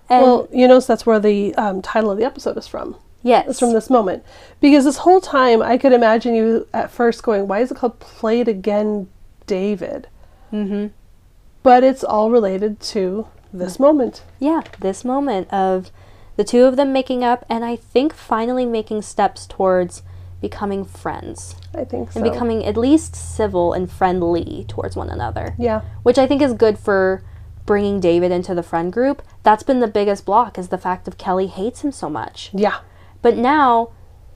And Well, you notice that's where the um, title of the episode is from. yes. It's from this moment. Because this whole time, I could imagine you at first going, why is it called Played Again David? Mm-hmm. But it's all related to Mm-hmm. this moment. yeah, this moment of the two of them making up and I think finally making steps towards becoming friends I think so. and becoming at least civil and friendly towards one another. yeah. Which I think is good for bringing David into the friend group. That's been the biggest block is the fact of Kelly hates him so much. Yeah. But now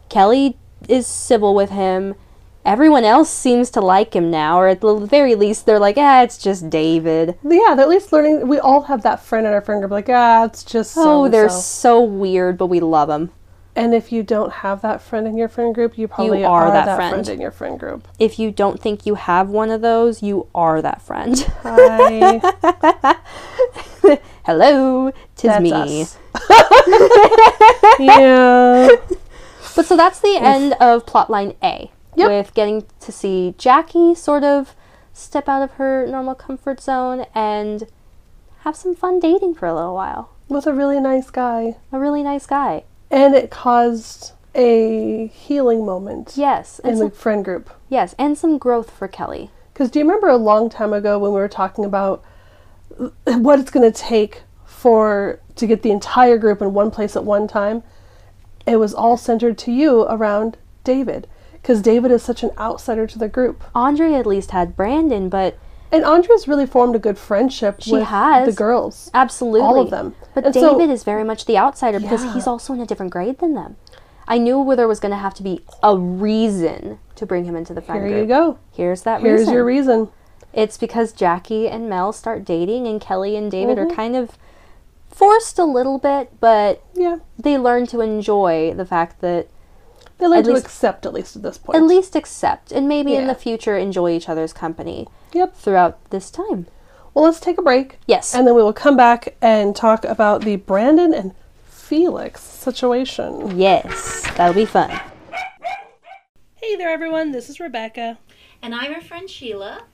Kelly is civil with him. Everyone else seems to like him now, or at the very least, they're like, ah, it's just David. Yeah, they're at least learning. We all have that friend in our friend group, like, ah, it's just. Oh, they're so-and-so." so weird, but we love him. And if you don't have that friend in your friend group, you probably are are, that that, friend. friend in your friend group. If you don't think you have one of those, you are that friend. Hi. Hello, tis That's me. us. yeah. But so that's the end of plotline A. Yep. With getting to see Jackie sort of step out of her normal comfort zone and have some fun dating for a little while. With a really nice guy. A really nice guy. And it caused a healing moment Yes. And in some, the friend group. yes, and some growth for Kelly. Because do you remember a long time ago when we were talking about what it's going to take for to get the entire group in one place at one time? It was all centered to you around David, because David is such an outsider to the group. Andre at least had Brandon, but And Andrea's really formed a good friendship She with has. the girls. Absolutely. All of them. But And so- David is very much the outsider because he's also in a different grade than them. I knew where there was going to have to be a reason to bring him into the friend Here group. you go. Here's that Here's reason. your reason. It's because Jackie and Mel start dating and Kelly and David Mm-hmm. are kind of forced a little bit, but Yeah. they learn to enjoy the fact that They learn At to least- accept at least at this point. at least accept and maybe in Yeah. the future enjoy each other's company Yep. throughout this time. Well, let's take a break. Yes. And then we will come back and talk about the Brandon and Felix situation. Yes, that'll be fun. Hey there, everyone. This is Rebecca. And I'm her friend Sheila.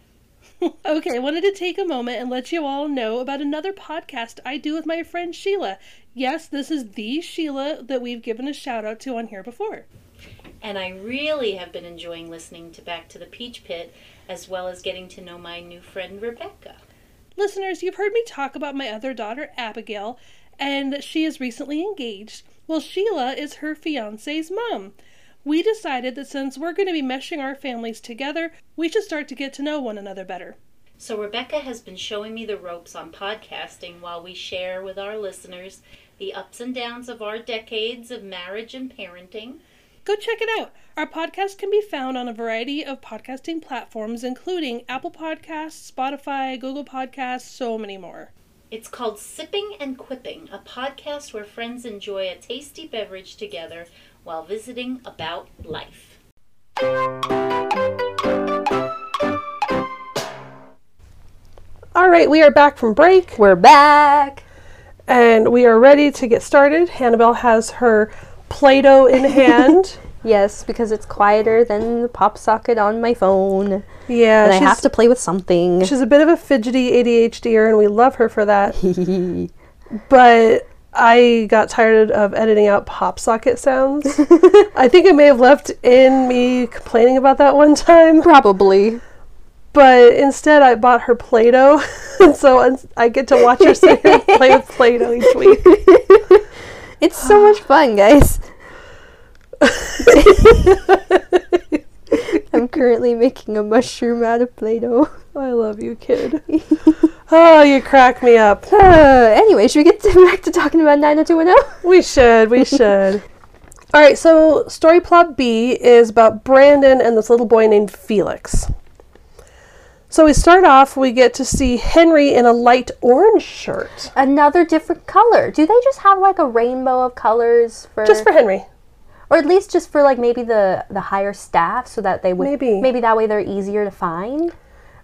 Okay, I wanted to take a moment and let you all know about another podcast I do with my friend Sheila. Yes, this is the Sheila that we've given a shout out to on here before. And I really have been enjoying listening to Back to the Peach Pit as well as getting to know my new friend Rebecca. Listeners, you've heard me talk about my other daughter, Abigail, and that she is recently engaged. Well, Sheila is her fiance's mom. We decided that since we're going to be meshing our families together, we should start to get to know one another better. So Rebecca has been showing me the ropes on podcasting while we share with our listeners the ups and downs of our decades of marriage and parenting. Go check it out. Our podcast can be found on a variety of podcasting platforms, including Apple Podcasts, Spotify, Google Podcasts, so many more. It's called Sipping and Quipping, a podcast where friends enjoy a tasty beverage together while visiting about life. All right, we are back from break We're back. and we are ready to get started. Hannibal has her Play Doh in hand. Yes, because it's quieter than the pop socket on my phone. yeah, and I she's- have to play with something. She's a bit of a fidgety ADHDer, and we love her for that. but I got tired of editing out pop socket sounds. I think it may have left in me complaining about that one time. Probably. But instead, I bought her Play Doh. and so uns- I get to watch her sit here and play with Play Doh each week. It's so much fun, guys. I'm currently making a mushroom out of Play Doh. I love you, kid. oh, you crack me up. Uh, anyway, should we get to- back to talking about 90210? We should. We should. All right. So story plot B is about Brandon and this little boy named Felix. So we start off. We get to see Henry in a light orange shirt, Another different color. Do they just have like a rainbow of colors for. just for Henry. Or at least just for like maybe the, the higher staff so that they would. Maybe. Maybe that way they're easier to find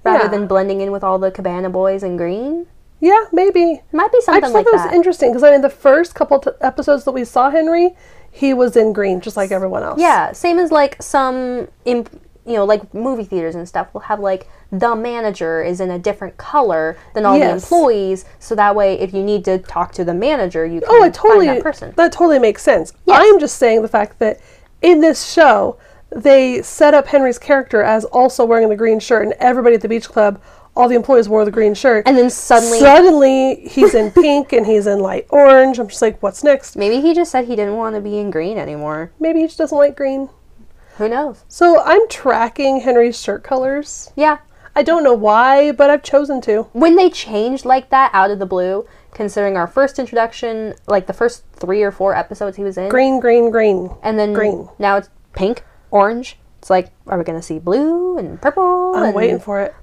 rather Yeah. than blending in with all the cabana boys in green. Yeah, maybe. Might be I something just like thought that that. was interesting because I mean, the first couple t- episodes that we saw Henry, he was in green, just like everyone else. Yeah, same as like some imp- you know, like movie theaters and stuff will have like the manager is in a different color than all the Yes. employees, so that way if you need to talk to the manager, you can Oh, it totally. find that person. totally makes sense. I'm just saying the fact that in this show they set up Henry's character as also wearing the green shirt, and everybody at the beach club, all the employees wore the green shirt, And then suddenly- suddenly he's in pink and he's in light orange. I'm just like, what's next? Maybe he just said he didn't want to be in green anymore. Maybe he just doesn't like green. Who knows? So I'm tracking Henry's shirt colors. Yeah. I don't know why, but I've chosen to. When they changed like that out of the blue, considering our first introduction, like the first 3 or 4 episodes he was in, Green, green, green. and then green. now it's pink, orange. It's like are we going to see blue and purple I'm and waiting for it.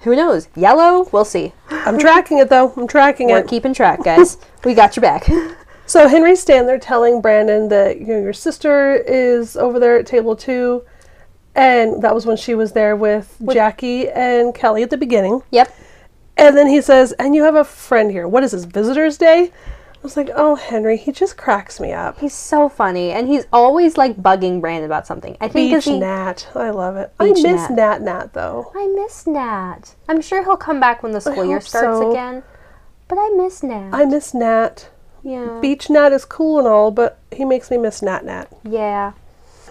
who knows? Yellow? We'll see. I'm tracking it though. I'm tracking We're it. keeping track, guys. we got your back. So Henry's standing there telling Brandon that you know your sister is over there at table two, and that was when she was there with, Jackie and Kelly at the beginning. Yep. And then he says, "And you have a friend here. What is this visitors' day?" I was like, "Oh, Henry, he just cracks me up." He's so funny, and he's always like bugging Brandon about something. I think 'cause Beach he, Nat, I love it. Beach I miss Nat. Nat Nat though. I miss Nat. I'm sure he'll come back when the school year hope starts so. again. But I miss Nat. I miss Nat. yeah. Beach Nat is cool and all, but he makes me miss Nat Nat. yeah.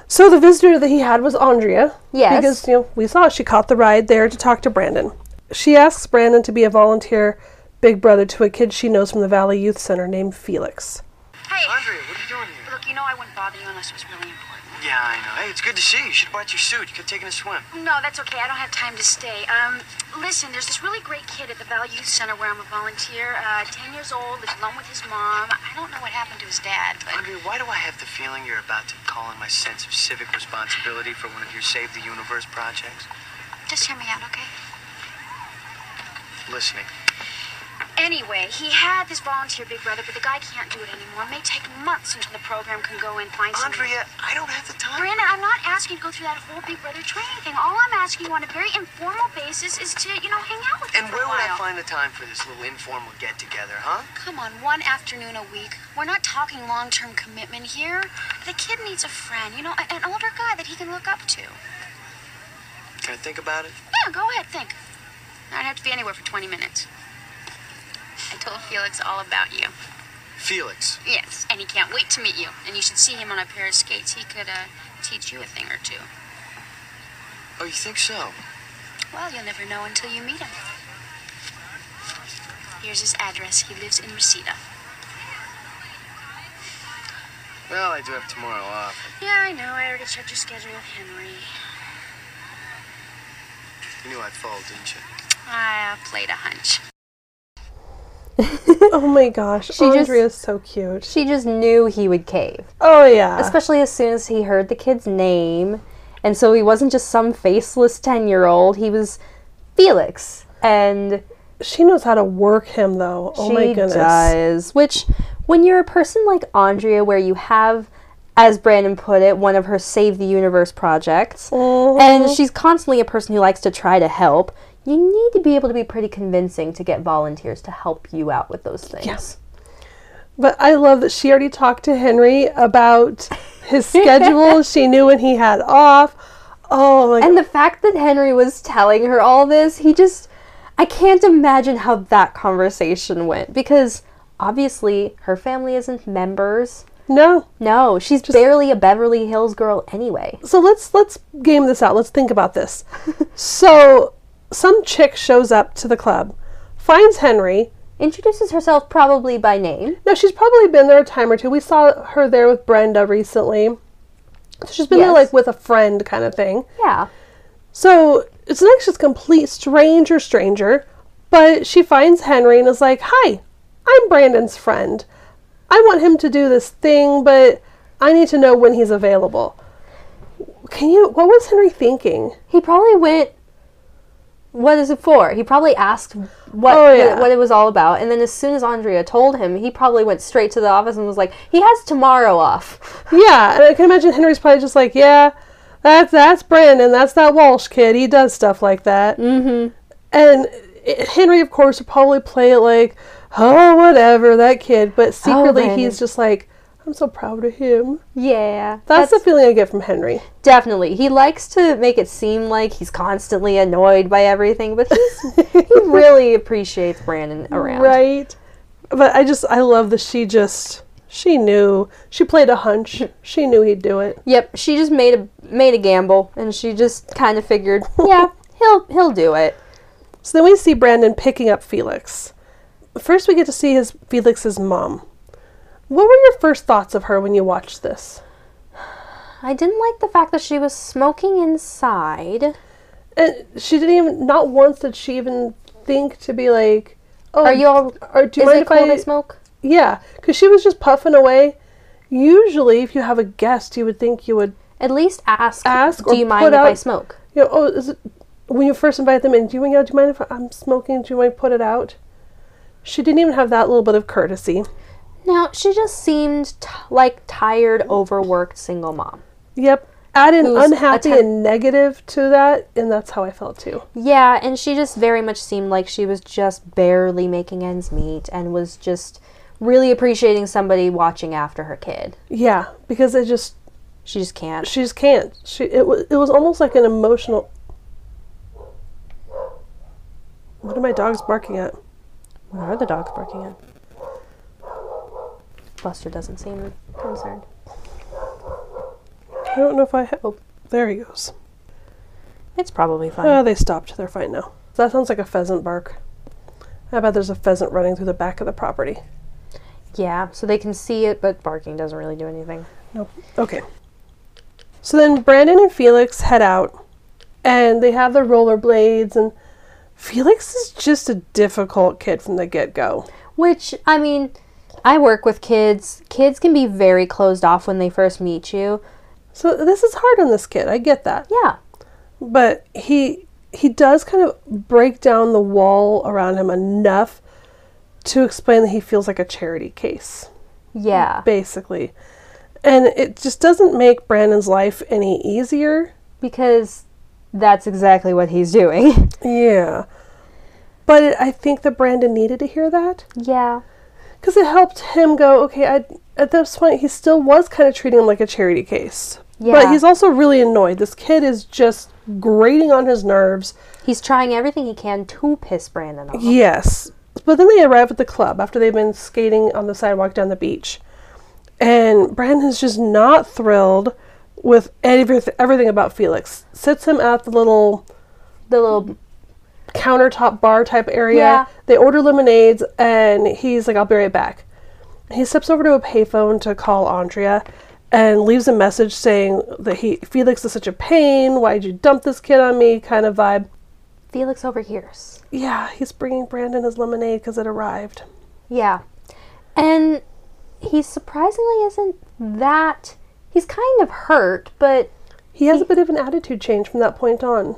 So the visitor that he had was Andrea. Yes. Because you know we saw she caught the ride there to talk to Brandon. She asks Brandon to be a volunteer big brother to a kid she knows from the Valley Youth Center named Felix. Hey, Andrea, what are you doing here? look, you know I wouldn't bother you unless it was really important. Yeah, I know. Hey, it's good to see you. You should have bought your suit. You could have taken a swim. No, that's okay. I don't have time to stay. Um, listen, there's this really great kid at the Valley Youth Center where I'm a volunteer. Uh, ten years old, lives alone with his mom. I don't know what happened to his dad, but Andrea, why do I have the feeling you're about to call in my sense of civic responsibility for one of your Save the Universe projects? just hear me out, okay? Listening. Anyway, he had this volunteer big brother, but the guy can't do it anymore. It may take months until the program can go and find somebody. Andrea, I don't have the time. Miranda, I'm not asking you to go through that whole big brother training thing. All I'm asking you on a very informal basis is to, you know, hang out with him And for where a would I while. find the time for this little informal get together, huh? Come on, one afternoon a week. We're not talking long-term commitment here. The kid needs a friend, you know, a- an older guy that he can look up to. Can I think about it? Yeah, go ahead, think. I'd have to be anywhere for 20 minutes. I told Felix all about you. Felix. Yes, and he can't wait to meet you. And you should see him on a pair of skates. He could uh, teach you a thing or two. Oh, you think so? Well, you'll never know until you meet him. Here's his address. He lives in Reseda. Well, I do have tomorrow uh, off. Yeah, I know. I already checked your schedule with Henry. You knew I'd fall, didn't you? I uh, played a hunch. Oh my gosh, She just- Andrea's so cute. She just knew he would cave, Oh yeah. especially as soon as he heard the kid's name. And so he wasn't just some faceless 10 year old, he was Felix. And she knows how to work him though. Oh she my goodness. does. Which, when you're a person like Andrea, where you have, as Brandon put it, one of her Save the Universe projects, Uh-huh. and she's constantly a person who likes to try to help, you need to be able to be pretty convincing to get volunteers to help you out with those things. But I love that she already talked to Henry about his schedule. she knew when he had off. Oh my And the fact that Henry was telling her all this, he just. I can't imagine how that conversation went because obviously her family isn't members. no. No, she's barely a Beverly Hills girl anyway. So let's let's game this out. Let's think about this. so some chick shows up to the club, finds Henry. Introduces herself probably by name. Now she's probably been there a time or two. We saw her there with Brenda recently. So she's been there Yes. like with a friend kind of thing. Yeah. So it's an just complete stranger, stranger, but she finds Henry and is like, Hi, I'm Brandon's friend. I want him to do this thing, but I need to know when he's available. Can you, what was Henry thinking? He probably went. What is it for? He probably asked what Oh, yeah. what it was all about, and then as soon as Andrea told him, he probably went straight to the office and was like, "He has tomorrow off." Yeah, and I can imagine Henry's probably just like, Yeah, that's, that's Brandon, that's that Walsh kid. He does stuff like that. Mm-hmm. And i- Henry, of course, would probably play it like, Oh, whatever, that kid. But secretly, Brandon. he's just like, I'm so proud of him. Yeah, That's, the feeling I get from Henry. Definitely. He likes to make it seem like he's constantly annoyed by everything, but he's, he really appreciates Brandon around. Right? But I just, I love that she just, she knew. She played a hunch. she knew he'd do it. Yep, she just made a made a gamble and she just kind of figured, yeah, he'll he'll do it. So then we see Brandon picking up Felix. First, we get to see his Felix's mom. What were your first thoughts of her when you watched this? I didn't like the fact that she was smoking inside. And she didn't even, not once did she even think to be like, oh, Are you all or do you Is mind it if cool I to smoke? Yeah, because she was just puffing away. Usually, if you have a guest, you would think you would At least ask, Ask or do you mind put if I out- smoke? you know, oh, is it, when you first invite them in, do you, you know, do you mind if I'm smoking? Do you mind put it out? She didn't even have that little bit of courtesy. Now, she just seemed t- like tired, overworked single mom. Yep. Add in Who's unhappy atten- and negative to that, and that's how I felt too. Yeah, and she just very much seemed like she was just barely making ends meet and was just really appreciating somebody watching after her kid. Yeah, because it just She just can't. she just can't. She it was it was almost like an emotional. What are my dogs barking at? What are the dogs barking at? Buster doesn't seem concerned. I don't know if I have. Oh, there he goes. It's probably fine. Oh, they stopped. They're fine now. That sounds like a pheasant bark. I bet there's a pheasant running through the back of the property. yeah, so they can see it, but barking doesn't really do anything. Nope. Okay. So then Brandon and Felix head out, and they have their rollerblades, and Felix is just a difficult kid from the get go. Which, I mean, I work with kids. Kids can be very closed off when they first meet you. So this is hard on this kid. I get that, Yeah. but he he does kind of break down the wall around him enough to explain that he feels like a charity case. Yeah. basically. And it just doesn't make Brandon's life any easier. Because that's exactly what he's doing. Yeah. But it, I think that Brandon needed to hear that yeah. because it helped him go, okay, I, at this point, he still was kind of treating him like a charity case. But Yeah. he's also really annoyed. This kid is just grating on his nerves. He's trying everything he can to piss Brandon off. Yes. But then they arrive at the club after they've been skating on the sidewalk down the beach. And Brandon's just not thrilled with everyth- everything about Felix. Sits him at the little The little countertop bar type area. Yeah. They order lemonades and he's like, I'll be right back. He steps over to a payphone to call Andrea and leaves a message saying that he Felix is such a pain, why'd you dump this kid on me kind of vibe. Felix overhears. Yeah, he's bringing Brandon his lemonade because it arrived. Yeah. And he surprisingly isn't that. He's kind of hurt, but He has a bit of an attitude change from that point on.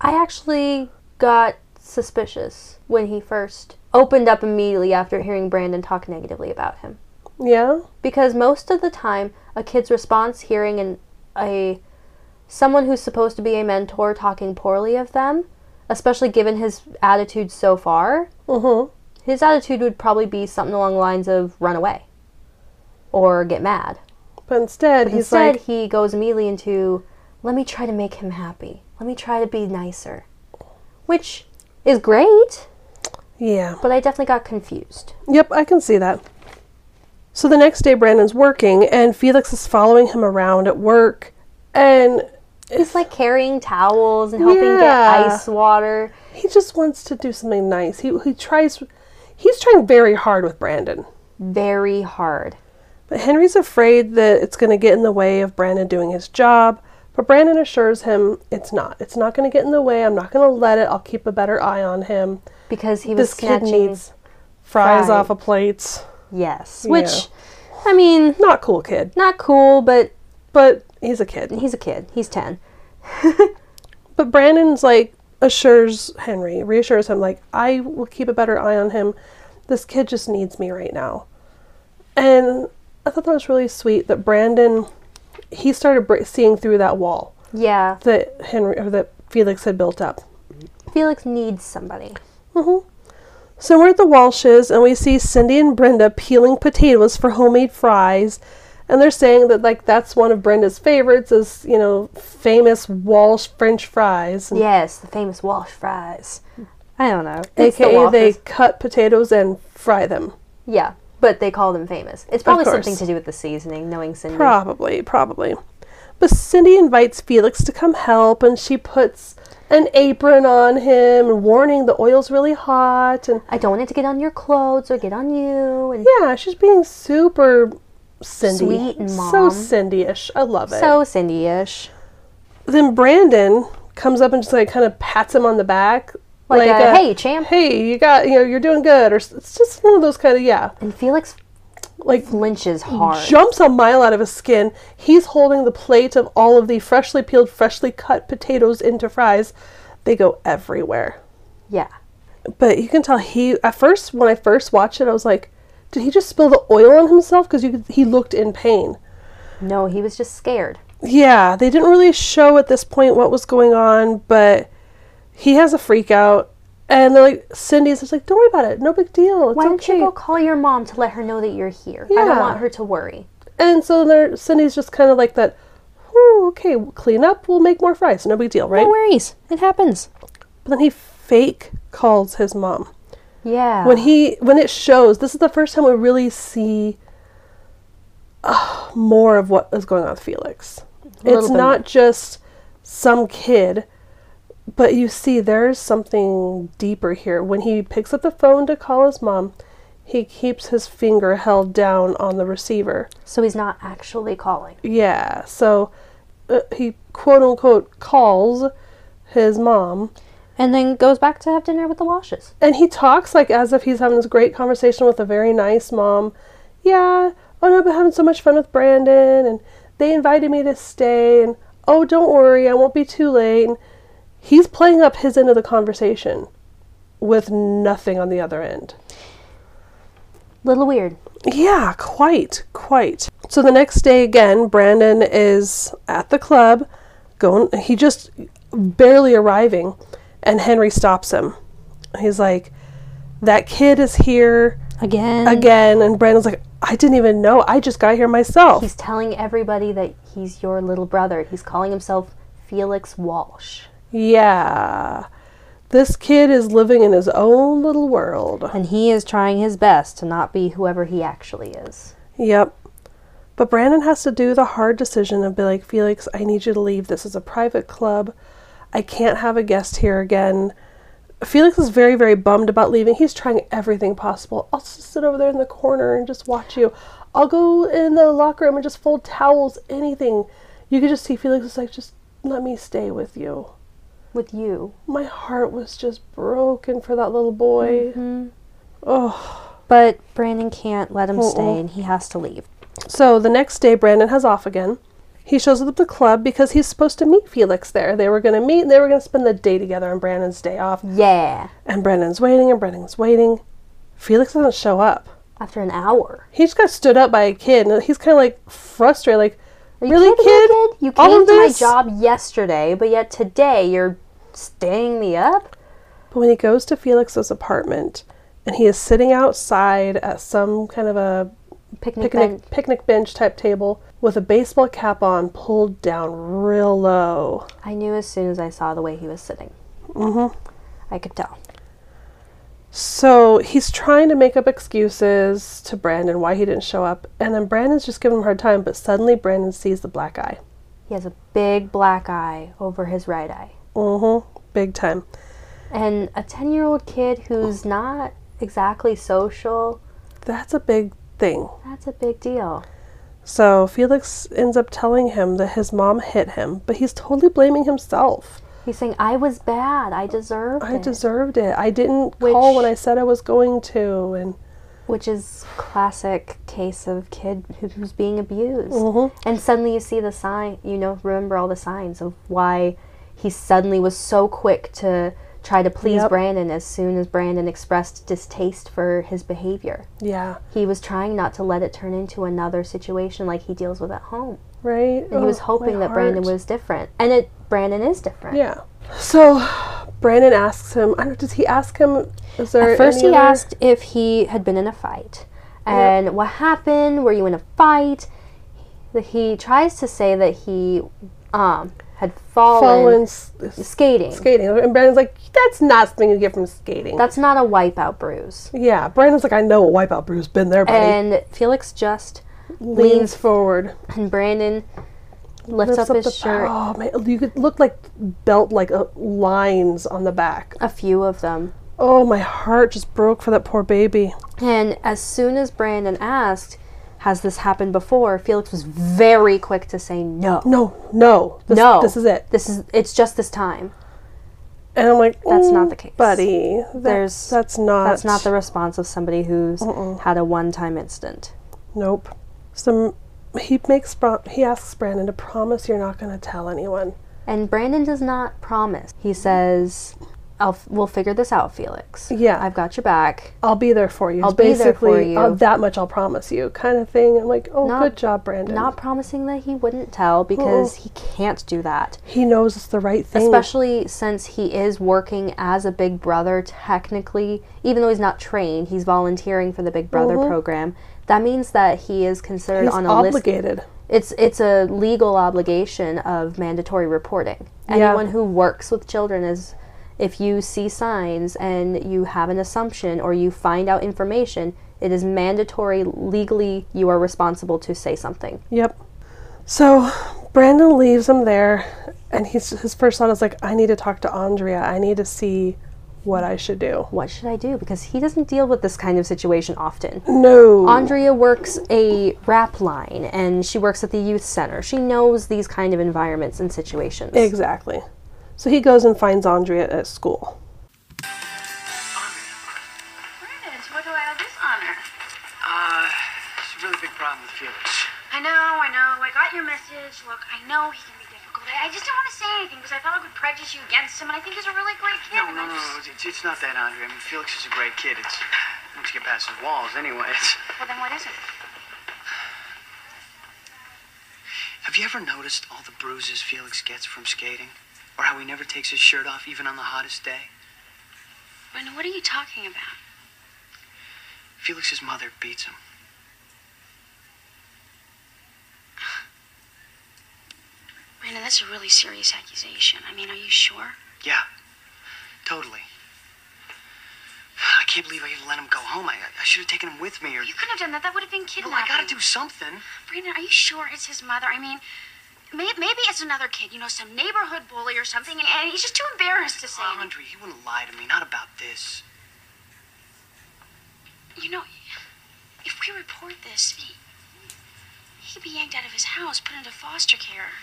I actually got suspicious when he first opened up immediately after hearing Brandon talk negatively about him. Yeah? because most of the time a kid's response hearing an, a someone who's supposed to be a mentor talking poorly of them especially given his attitude so far Mm-hmm. his attitude would probably be something along the lines of run away or get mad But instead, he's instead like, he goes immediately into let me try to make him happy let me try to be nicer which is great yeah. but i definitely got confused Yep, I can see that. So the next day, Brandon's working, and Felix is following him around at work, and he's like carrying towels and helping Yeah. get ice water he just wants to do something nice. He he tries, he's trying very hard with Brandon, very hard but Henry's afraid that it's going to get in the way of Brandon doing his job. But Brandon assures him it's not. It's not going to get in the way. I'm not going to let it. I'll keep a better eye on him. because he was This kid snatching needs fries fries. off a plate. yes which i mean Not cool kid, not cool but but he's a kid. he's a kid he's 10 But Brandon's like assures Henry, reassures him, like, I will keep a better eye on him. This kid just needs me right now. And I thought that was really sweet that Brandon, he started br- seeing through that wall yeah that Henry or that Felix had built up. felix needs somebody So we're at the Walshes and we see Cindy and Brenda peeling potatoes for homemade fries. And they're saying that like that's one of Brenda's favorites is, you know, famous Walsh French fries. And yes the famous walsh fries i don't know It's the AKA they Walshes. Mm. cut potatoes and fry them. yeah but they call them famous it's probably course. something to do with the seasoning knowing cindy Probably, probably. But Cindy invites Felix to come help and she puts an apron on him, warning the oil's really hot and i don't want it to get on your clothes or get on you and yeah, she's being super Cindy. Sweet and So mom. Cindy-ish. I love it. so cindy-ish then Brandon comes up and just like kind of pats him on the back. uh, Like a, "Hey, champ." Hey, you got, you know, you're doing good. Or s- it's just one of those kind of, yeah, and felix like flinches hard jumps a mile out of his skin. He's holding the plate of all of the freshly peeled, freshly cut potatoes into fries. They go everywhere. yeah But you can tell he, at first, when I first watched it, I was like, Did he just spill the oil on himself? Because he looked in pain. No, he was just scared. Yeah, they didn't really show at this point what was going on, but he has a freak out. And they're like, Cindy's just like, don't worry about it. No big deal. It's Why don't okay. you go call your mom to let her know that you're here? I don't Yeah. want her to worry. And so there, Cindy's just kind of like that, "Whew, okay, we'll clean up, we'll make more fries. No big deal, right? No worries. It happens. But then he fake calls his mom. Yeah. When he when it shows, this is the first time we really see uh, more of what is going on with Felix. little It's bit not just some kid, but you see there's something deeper here. When he picks up the phone to call his mom, he keeps his finger held down on the receiver. so he's not actually calling. Yeah, so uh, he quote unquote calls his mom And then goes back to have dinner with the Washes. and he talks like as if he's having this great conversation with a very nice mom. Yeah, oh no, I've been having so much fun with Brandon and they invited me to stay and oh, don't worry, I won't be too late. And he's playing up his end of the conversation with nothing on the other end. Little weird. Yeah, quite, quite. So the next day again, Brandon is at the club, going he just barely arriving and Henry stops him. He's like that kid is here Again. again and Brandon's like I didn't even know. I just got here myself. He's telling everybody that he's your little brother. He's calling himself Felix Walsh. yeah. This kid is living in his own little world. And he is trying his best to not be whoever he actually is. Yep. But Brandon has to do the hard decision of be like, Felix, I need you to leave. This is a private club. I can't have a guest here again. Felix is very, very bummed about leaving. He's trying everything possible. I'll just sit over there in the corner and just watch you. I'll go in the locker room and just fold towels, anything. You could just see Felix is like, just let me stay with you. With you. My heart was just broken for that little boy. But Brandon can't let him stay and he has to leave. So the next day, Brandon has off again. He shows up at the club because he's supposed to meet Felix there. They were going to meet and they were going to spend the day together on Brandon's day off. Yeah. And Brandon's waiting and Brandon's waiting. Felix doesn't show up. After an hour. He just got stood up by a kid and he's kind of like frustrated, like, You really, kidding me, kid? kid? You All came of to my this?" job yesterday, but yet today you're staying me up? But when he goes to Felix's apartment and he is sitting outside at some kind of a Picnic, picnic bench. picnic bench type table with a baseball cap on pulled down real low. I knew as soon as I saw the way he was sitting. Mm-hmm. I could tell. So he's trying to make up excuses to Brandon why he didn't show up, and then Brandon's just giving him a hard time, but suddenly Brandon sees the black eye. He has a big black eye over his right eye. Mm hmm. Big time. And a 10 year old kid who's not exactly social, That's a big thing. that's a big deal. So Felix ends up telling him that his mom hit him, but he's totally blaming himself. He's saying, I was bad. I deserved I it. deserved it. I didn't call Which- when I said I was going to, and Which is classic case of kid who- who's being abused. And suddenly you see the sign, you know, remember all the signs of why he suddenly was so quick to try to please Yep. Brandon as soon as Brandon expressed distaste for his behavior. yeah, He was trying not to let it turn into another situation like he deals with at home. right? Oh, And he was hoping that Brandon was different. And it Brandon is different. Yeah. So Brandon asks him, I don't know, does he ask him? Is there At first, he any other- asked if he had been in a fight and what happened. Were you in a fight? He- He tries to say that he um, had Fallen fallen, s- skating. skating. And Brandon's like, that's not something you get from skating. That's not a wipeout bruise. yeah, Brandon's like, I know a wipeout Bruce been there, buddy. And Felix just leans, leans- forward, and Brandon lifts, lifts up, his the shirt, Oh man, you could look like belt like uh, lines on the back. a few of them. Oh, my heart just broke for that poor baby. And as soon as Brandon asked, has this happened before? Felix was very quick to say no. No, no, this, no. this is it. This is it's just this time. And I'm like, That's not "Mm, the case. buddy. That, There's- that's not That's not the response of somebody who's had a one-time incident. nope. Some he makes Bra- he asks Brandon to promise you're not going to tell anyone. And Brandon does not promise. He says, I'll, f- we'll figure this out, Felix. Yeah. I've got your back. I'll be there for you. I'll It's be there for basically, you. "Oh, that much I'll promise you, kind of thing. I'm like, oh, Not- good job, Brandon. Not promising that he wouldn't tell because he can't do that. he knows it's the right thing. Especially since he is working as a big brother, technically, even though he's not trained, he's volunteering for the big brother program. That means that he is Mm-hmm. considered He's on a list. obligated. It's it's a legal obligation of mandatory reporting. Yeah. Anyone who works with children is if you see signs and you have an assumption or you find out information, it is mandatory legally you are responsible to say something. Yep. So Brandon leaves him there, and he's his first thought is like, I need to talk to Andrea. I need to see what I should do. What should I do? Because he doesn't deal with this kind of situation often. No. Andrea works a rap line and she works at the youth center. She knows these kind of environments and situations. Exactly. So he goes and finds Andrea at school. Brandon, what do I owe this honor? Uh, it's a really big problem with Felix. I know, I know. I got your message. Look, I know he can be difficult. I, I just don't want to say anything because I thought I would prejudice you against him, and I think he's a really great kid. No, and no, I no, just- no. It's, it's not that, Andre. I mean, Felix is a great kid. It's once you get past his walls, anyway. It's, Well, then what is it? have you ever noticed all the bruises Felix gets from skating, or how he never takes his shirt off even on the hottest day? Brandon, what are you talking about? Felix's mother beats him. Brandon, that's a really serious accusation. I mean, are you sure? Yeah, totally. I can't believe I even let him go home. I, I should have taken him with me, or You couldn't have done that. That would have been no, kidnapping. I gotta do something. Brandon, are you sure it's his mother? I mean, may- maybe it's another kid, you know, some neighborhood bully or something, and, and he's just too embarrassed to say anything. Andre, he wouldn't lie to me. Not about this. You know, if we report this, he, he'd be yanked out of his house, put into foster care.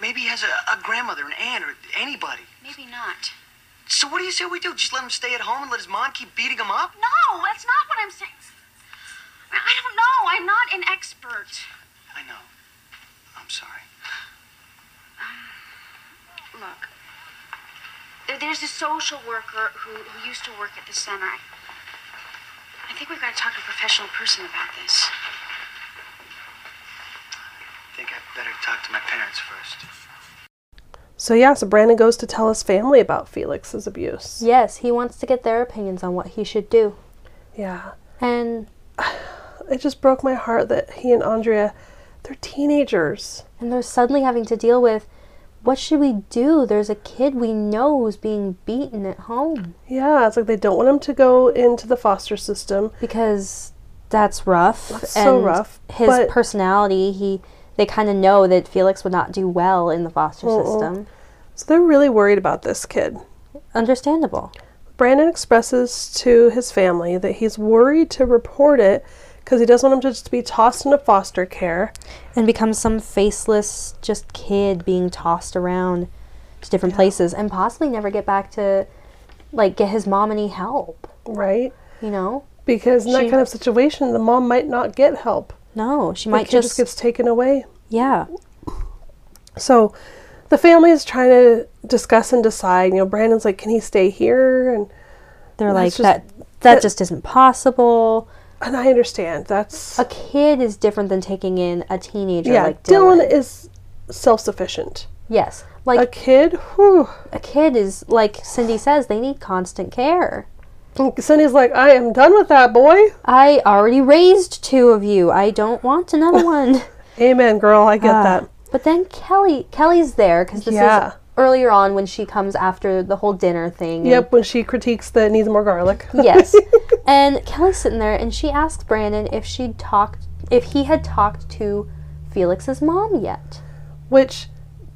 Maybe he has a, a grandmother, an aunt, or anybody. Maybe not. So what do you say we do? Just let him stay at home and let his mom keep beating him up? No, that's not what I'm saying. I I don't know. I'm not an expert. I know. I'm sorry. Look, there- there's a social worker who, who used to work at the center. I, I think we've got to talk to a professional person about this. I think I better talk to my parents first. So yeah, so Brandon goes to tell his family about Felix's abuse. Yes, he wants to get their opinions on what he should do. Yeah. And It just broke my heart that he and Andrea, they're teenagers. and they're suddenly having to deal with what should we do? There's a kid we know who's being beaten at home Yeah, it's like they don't want him to go into the foster system. because that's rough. and so rough, His but- personality, he they kind of know that Felix would not do well in the foster system. So they're really worried about this kid. Understandable. Brandon expresses to his family that he's worried to report it because he doesn't want him to just be tossed into foster care. and become some faceless just kid being tossed around to different places and possibly never get back to like get his mom any help Right? you know Because in that She- kind of situation, the mom might not get help. no she The might kid just, just gets taken away. yeah So the family is trying to discuss and decide. You know, Brandon's like, can he stay here? And they're That's like just- that that that- just isn't possible and I understand. That's. a kid is different than taking in a teenager yeah, like Dylan. dylan, is self sufficient. yes A like kid? Whew. a kid is like cindy says they need constant care Cindy's like, I am done with that boy. i already raised two of you i don't want another one Amen, girl. I uh, get that. But then Kelly, Kelly's there because this Yeah. is earlier on when she comes after the whole dinner thing. and- Yep, when she critiques that it needs more garlic. yes. And Kelly's sitting there, and she asks Brandon if she talked, if he had talked to Felix's mom yet. Which,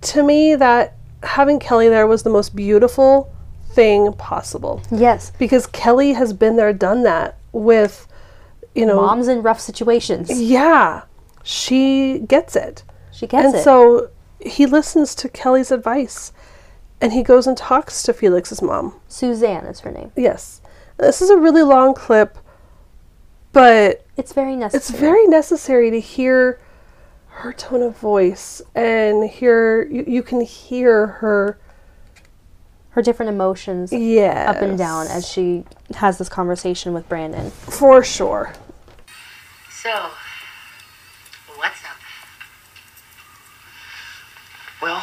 to me, that having Kelly there was the most beautiful thing possible Yes. because Kelly has been there, done that with, you know, Mom's in rough situations. yeah, she gets it, She gets and it. so he listens to Kelly's advice, and he goes and talks to Felix's mom. Suzanne is her name. Yes. This is a really long clip, but It's very it's necessary. very necessary to hear her tone of voice and hear you, you can hear her her different emotions Yeah. up and down as she has this conversation with Brandon. For sure. So, what's up? Well,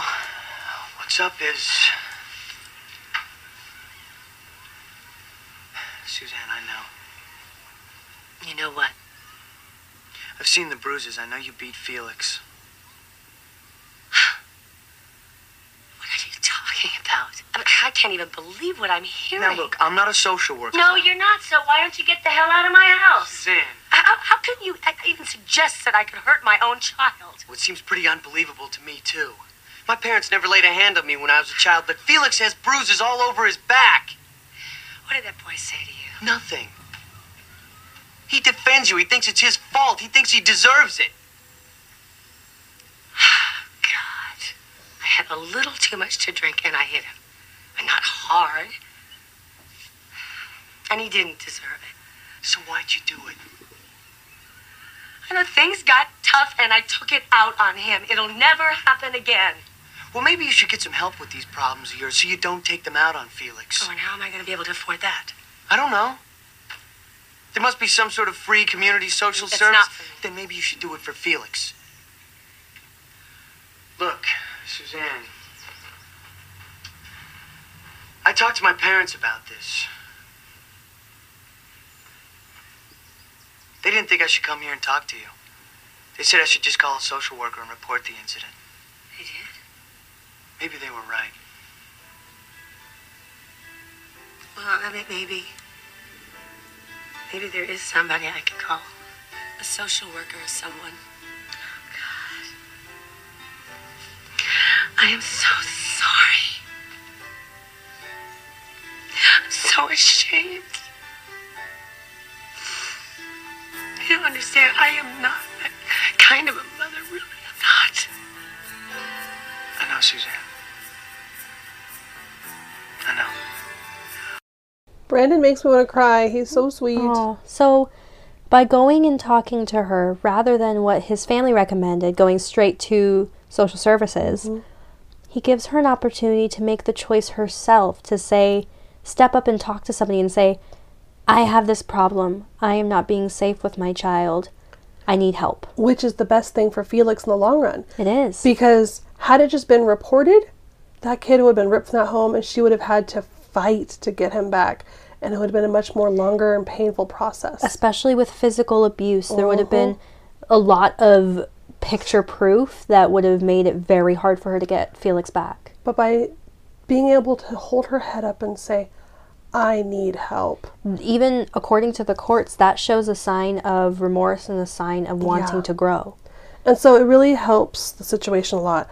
what's up is. Suzanne, I know. You know what? I've seen the bruises. I know you beat Felix. What are you talking about? I, mean, I can't even believe what I'm hearing. Now, look, I'm not a social worker. No, you're not, so why don't you get the hell out of my house? Suzanne. How, how can you uh, even suggest that I could hurt my own child? What seems pretty unbelievable to me, too. My parents never laid a hand on me when I was a child, but Felix has bruises all over his back. What did that boy say to you? Nothing. He defends you. He thinks it's his fault. He thinks he deserves it. God, I had a little too much to drink and I hit him. But not hard. And he didn't deserve it. So why'd you do it? I know things got tough and I took it out on him. It'll never happen again. Well, maybe you should get some help with these problems of yours so you don't take them out on Felix. Oh, and how am I going to be able to afford that? I don't know. There must be some sort of free community social That's service. not for me. Then maybe you should do it for Felix. Look, Suzanne. I talked to my parents about this. They didn't think I should come here and talk to you. They said I should just call a social worker and report the incident. They did? Maybe they were right. Well, I mean, maybe. Maybe there is somebody I can call. A social worker or someone. God. I am so sorry. I'm so ashamed. You don't understand. I am not that kind of a mother, really. I'm not. I know, Suzanne. I know. Brandon makes me want to cry. He's so sweet. Oh, so by going and talking to her rather than what his family recommended, going straight to social services, Mm-hmm. he gives her an opportunity to make the choice herself to say, step up and talk to somebody and say, I have this problem. I am not being safe with my child. I need help. Which is the best thing for Felix in the long run. It is. Because had it just been reported, that kid would have been ripped from that home and she would have had to fight to get him back. And it would have been a much more longer and painful process. especially with physical abuse, there would have Mm-hmm. been a lot of picture proof that would have made it very hard for her to get Felix back. But by being able to hold her head up and say, I need help. Even according to the courts, that shows a sign of remorse and a sign of wanting Yeah. to grow. And so it really helps the situation a lot.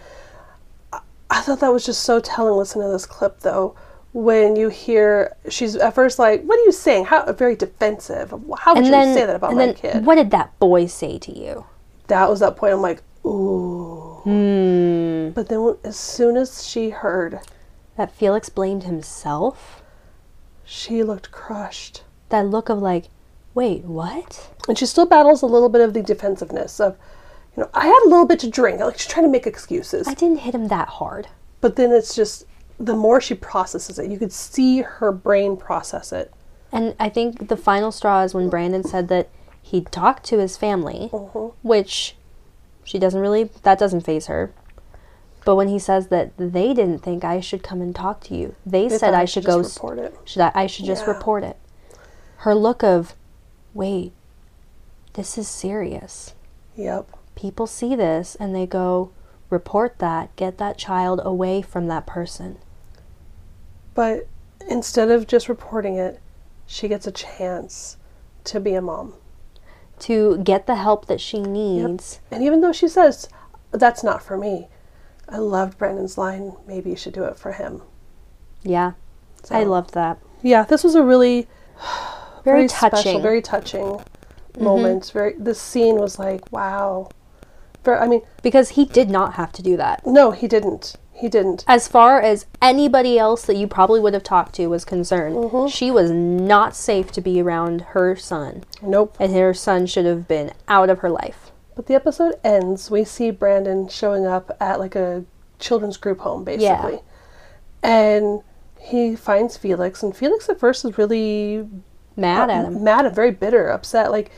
I- I thought that was just so telling listening to this clip though. When you hear she's at first like, "What are you saying? How very defensive. How would And you then, say that about and my then kid?" what did that boy say to you? that was that point. I'm like, "Ooh." But then as soon as she heard, That Felix blamed himself? she looked crushed. That look of like, wait, what? and she still battles a little bit of the defensiveness of you know i had a little bit to drink like she's trying to make excuses I didn't hit him that hard. but then it's just the more she processes it you could see her brain process it And I think the final straw is when Brandon said that he talked to his family, Uh-huh. which she doesn't really, that doesn't phase her. But when he says that they didn't think I should come and talk to you, they, said thought I I should should just go. s- report it. Should I? I should just Yeah. report it. Her look of, wait, this is serious. yep People see this and they go, report that. Get that child away from that person. but instead of just reporting it she gets a chance to be a mom To get the help that she needs. and even though she says that's not for me i loved brandon's line maybe you should do it for him Yeah, I loved that. yeah this was a really Very, touching. Mm-hmm. special, very touching moment. Very this scene was like wow. Ver I mean, because he did not have to do that. no, he didn't. He didn't. As far as anybody else that you probably would have talked to was concerned, Mm-hmm. she was not safe to be around her son, Nope. and her son should have been out of her life. But the episode ends. We see Brandon showing up at like a children's group home, basically, and he finds Felix, and Felix at first is really Mad uh, at him. mad and very bitter, upset. Like,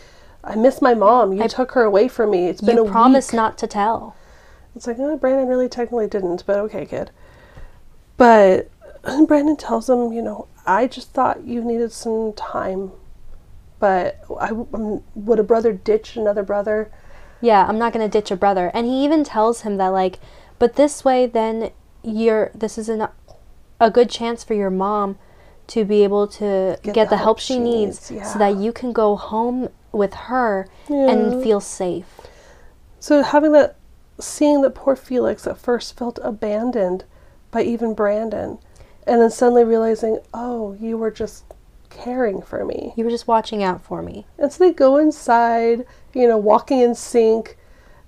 I miss my mom. You took her away from me. It's been You a promised week. not to tell. It's like, oh, Brandon really technically didn't, but okay, kid. But and Brandon tells him, you know, I just thought you needed some time. But I, um, would a brother ditch another brother? Yeah, I'm not going to ditch a brother. And he even tells him that, like, but this way, then you're, this is an, a good chance for your mom to be able to get, the, help, she needs, needs, so yeah. that you can go home with her Yeah. and feel safe. So having that, seeing that poor Felix at first felt abandoned by even Brandon, and then suddenly realizing, oh, you were just caring for me. You were just watching out for me. And so they go inside, you know, walking in sync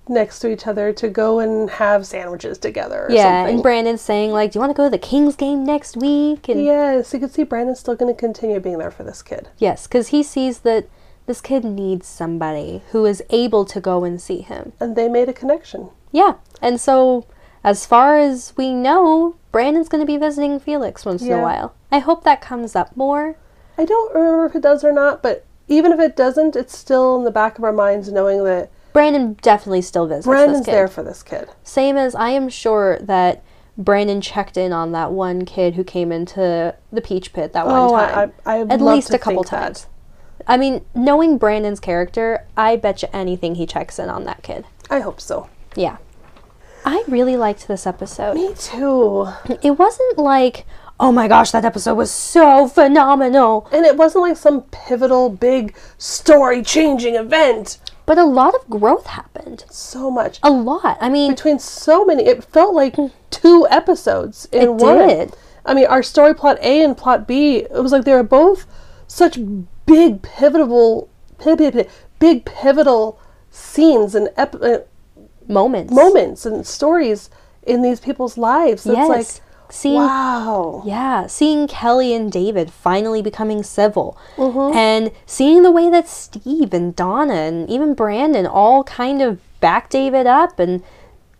next to each other to go and have sandwiches together or yeah, something. and Brandon's saying, like, do you want to go to the Kings game next week? And yes, you can see Brandon's still going to continue being there for this kid. yes, because he sees that this kid needs somebody who is able to go and see him. And they made a connection. Yeah. And so, as far as we know, Brandon's going to be visiting Felix once in Yeah. a while. I hope that comes up more. I don't remember if it does or not, but even if it doesn't, it's still in the back of our minds knowing that Brandon definitely still visits. Brandon's this kid. there for this kid. Same as I am sure that Brandon checked in on that one kid who came into the Peach Pit that one Oh, I- time. I- I would At love least to a couple think that. times. I mean, knowing Brandon's character, I bet you anything he checks in on that kid. I hope so. Yeah. I really liked this episode. Me too. It wasn't like, oh my gosh, that episode was so phenomenal. And it wasn't like some pivotal, big, story changing event. But a lot of growth happened. So much. A lot. I mean, between so many it felt like two episodes in It one did. i mean our story plot a and plot b it was like they were both such big pivotal pivot, big pivotal scenes and ep- uh, moments. moments and stories in these people's lives So Yes. it's like Seeing, wow yeah, seeing Kelly and David finally becoming civil, Mm-hmm. and seeing the way that Steve and Donna and even Brandon all kind of back David up and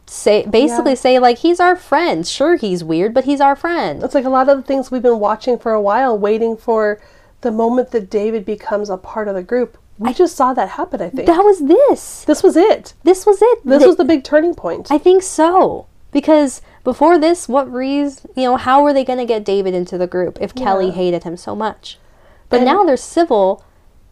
say basically say like he's our friend. Sure, he's weird, but he's our friend. it's like a lot of the things we've been watching for a while waiting for the moment that david becomes a part of the group we just saw that happen i think That was this. this was it This was it. this They- was the big turning point I think so. Because before this, what reason, you know, how were they going to get David into the group if Kelly hated him so much? But now they're civil,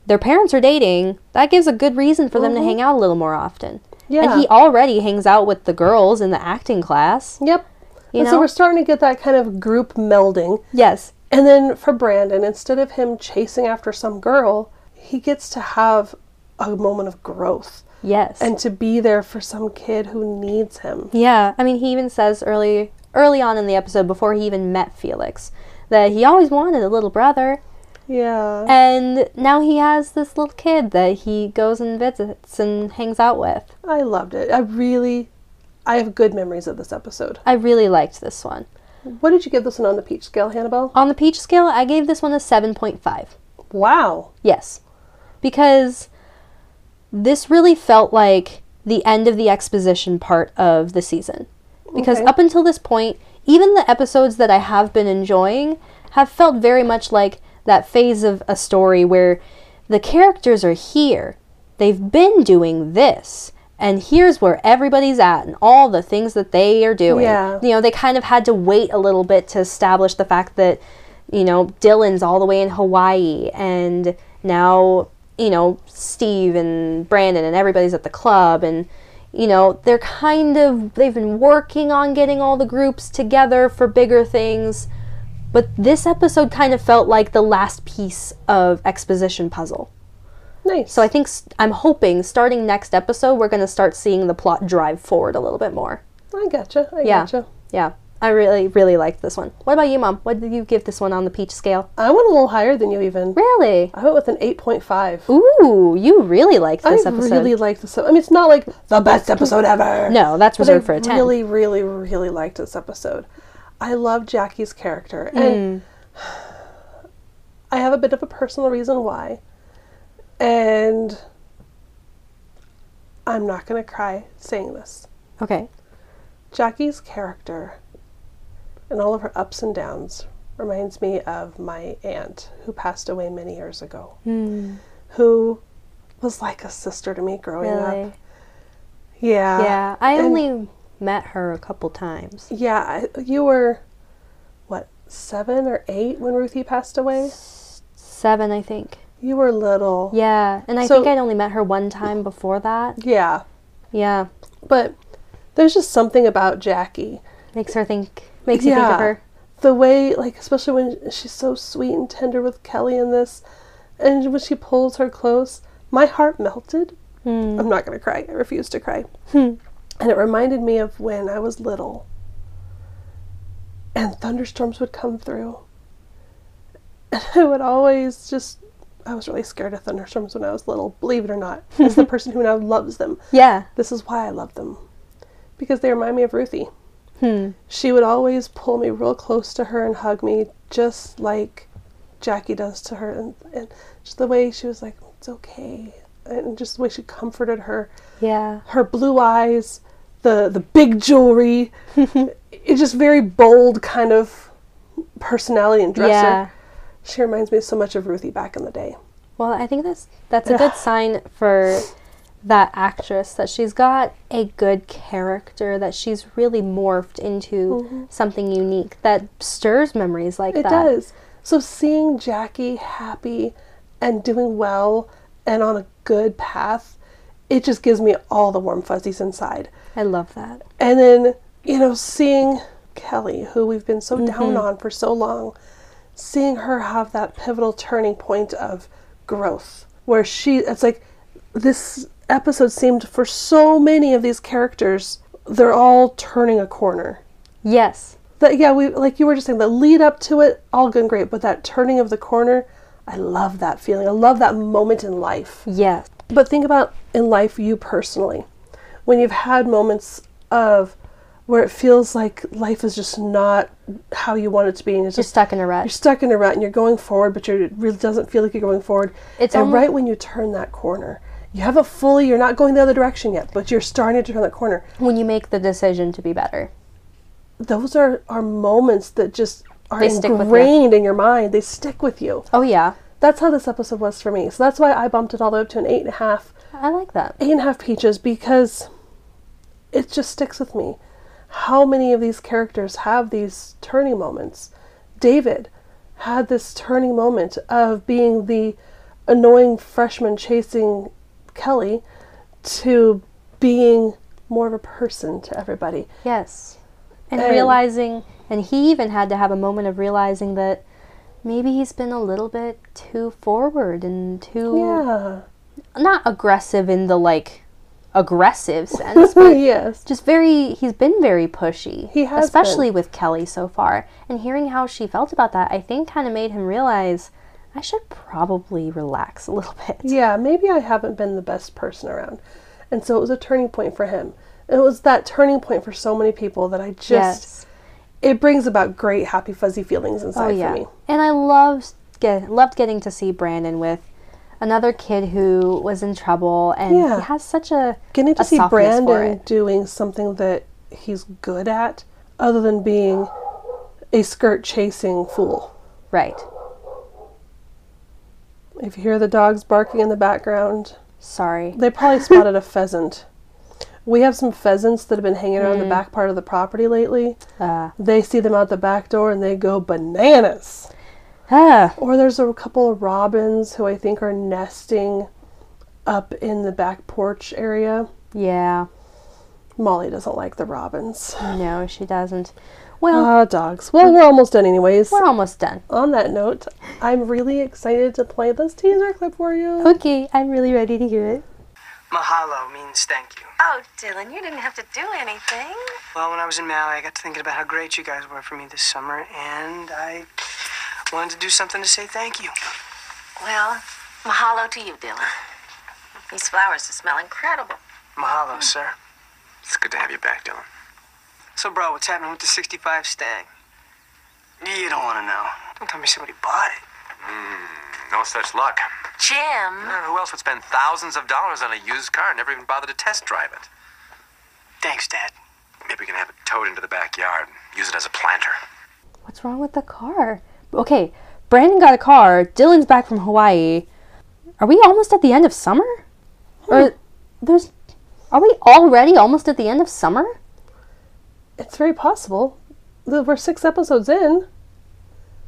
their parents are dating. That gives a good reason for them to hang out a little more often. Mm-hmm. Yeah. And he already hangs out with the girls in the acting class. Yep. You and so know? we're starting to get that kind of group melding. Yes. And then for Brandon, instead of him chasing after some girl, he gets to have a moment of growth Yes. and to be there for some kid who needs him. Yeah, I mean, he even says early early on in the episode before he even met Felix that he always wanted a little brother, Yeah. and now he has this little kid that he goes and visits and hangs out with. I loved it. I really I have good memories of this episode. I really liked this one. What did you give this one on the peach scale, Hannibal? On the peach scale, I gave this one a 7.5. Wow. Yes. Because this really felt like the end of the exposition part of the season. Because Okay. up until this point, even the episodes that I have been enjoying have felt very much like that phase of a story where the characters are here, they've been doing this, and here's where everybody's at and all the things that they are doing. Yeah. You know, they kind of had to wait a little bit to establish the fact that, you know, Dylan's all the way in Hawaii and now, you know, Steve and Brandon and everybody's at the club and you know, they're kind of they've been working on getting all the groups together for bigger things. But this episode kind of felt like the last piece of exposition puzzle. Nice. So I think s- I'm hoping starting next episode we're going to start seeing the plot drive forward a little bit more. I gotcha. I Yeah. gotcha. Yeah. I really, really liked this one. What about you, Mom? What did you give this one on the peach scale? I went a little higher than you even. Really? I went with an 8.5. Ooh, you really liked this I episode. really liked this. ep- I mean, it's not like the best episode ever. No, that's but I reserved for a 10. Really, really, really liked this episode. I love Jackie's character, Mm. and I have a bit of a personal reason why, and I'm not going to cry saying this. okay. Jackie's character and all of her ups and downs reminds me of my aunt who passed away many years ago, Hmm. who was like a sister to me growing Really? up. Yeah. yeah, I Uh, and- only met her a couple times. Yeah. I- You were, what, seven or eight when Ruthie passed away? Seven, I think. You were little. Yeah, and I So- think I'd only met her one time before that. Yeah. Yeah, But there's just something about Jackie. makes her think, makes you think Yeah. of her. The way, like, especially when she's so sweet and tender with Kelly in this, and when she pulls her close, my heart melted. I'm not going to cry. I refuse to cry. And it reminded me of when I was little and thunderstorms would come through. And I would always just, I was really scared of thunderstorms when I was little, believe it or not. As the person who now loves them, Yeah, This is why I love them. Because they remind me of Ruthie. She would always pull me real close to her and hug me, just like Jackie does to her. And, and just the way she was like, it's okay. And just the way she comforted her. yeah, Her blue eyes, the, the big jewelry. it's just very bold kind of personality and dresser. yeah. She reminds me so much of Ruthie back in the day. Well, I think that's that's a good sign for that actress that she's got a good character that she's really morphed into something unique that stirs memories like Mm-hmm. It that. does. So seeing Jackie happy and doing well and on a good path, it just gives me all the warm fuzzies inside. I love that. And then, you know, seeing Kelly, who we've been so down on for so long, seeing her have that pivotal turning point of growth where she, it's like this episode seemed for so many of these characters, they're all turning a corner Yes. that yeah we like you were just saying the lead up to it all good and great but that turning of the corner i love that feeling i love that moment in life Yes. but think about in life you personally when you've had moments of where it feels like life is just not how you want it to be and it's You're just stuck in a rut. you're stuck in a rut and you're going forward but you're, it really doesn't feel like you're going forward It's and almo- right when you turn that corner you haven't fully you're not going the other direction yet but you're starting to turn that corner when you make the decision to be better. those are, are moments that just are They stick with you. ingrained in your mind. They stick with you. Oh yeah. That's how this episode was for me. So that's why I bumped it all the way up to an eight and a half, I like that. eight and a half peaches because it just sticks with me. How many of these characters have these turning moments? David had this turning moment of being the annoying freshman chasing Kelly to being more of a person to everybody. Yes. And And- realizing and he even had to have a moment of realizing that maybe he's been a little bit too forward and too Yeah. not aggressive in the like aggressive sense, but yes. just very he's been very pushy. He has especially with Kelly so far. And hearing how she felt about that, I think kind of made him realize I should probably relax a little bit. Yeah, maybe I haven't been the best person around. And so it was a turning point for him. It was that turning point for so many people that I just Yes. it brings about great happy fuzzy feelings Oh inside for yeah. me. And I loved get, loved getting to see Brandon with another kid who was in trouble and Yeah. he has such a Getting to a see softness for Brandon it. doing something that he's good at other than being a skirt chasing fool. Right. If you hear the dogs barking in the background, Sorry. They probably spotted a pheasant. We have some pheasants that have been hanging Mm. around the back part of the property lately. Ah. They see them out the back door and they go bananas. Ah. Or there's a couple of robins who I think are nesting up in the back porch area. Yeah. Molly doesn't like the robins. No, she doesn't. Well, Ah, dogs. Well, we're almost done, anyways. we're almost done. On that note, I'm really excited to play this teaser clip for you. Okay, I'm really ready to hear it. Mahalo means thank you. Oh, Dylan, you didn't have to do anything. Well, when I was in Maui, I got to thinking about how great you guys were for me this summer, and I wanted to do something to say thank you. Well, mahalo to you, Dylan. These flowers smell incredible. Mahalo, sir. It's good to have you back, Dylan. So, bro, what's happening with the 65 Stang? You don't want to know. Don't tell me somebody bought it. No such luck. Jim, Who else would spend thousands of dollars on a used car and never even bother to test drive it? Thanks, Dad. Maybe we can have it towed into the backyard and use it as a planter. What's wrong with the car? Okay, Brandon got a car. Dylan's back from Hawaii. Are we almost at the end of summer? Or there's are we already almost at the end of summer? It's very possible. that We're six episodes in,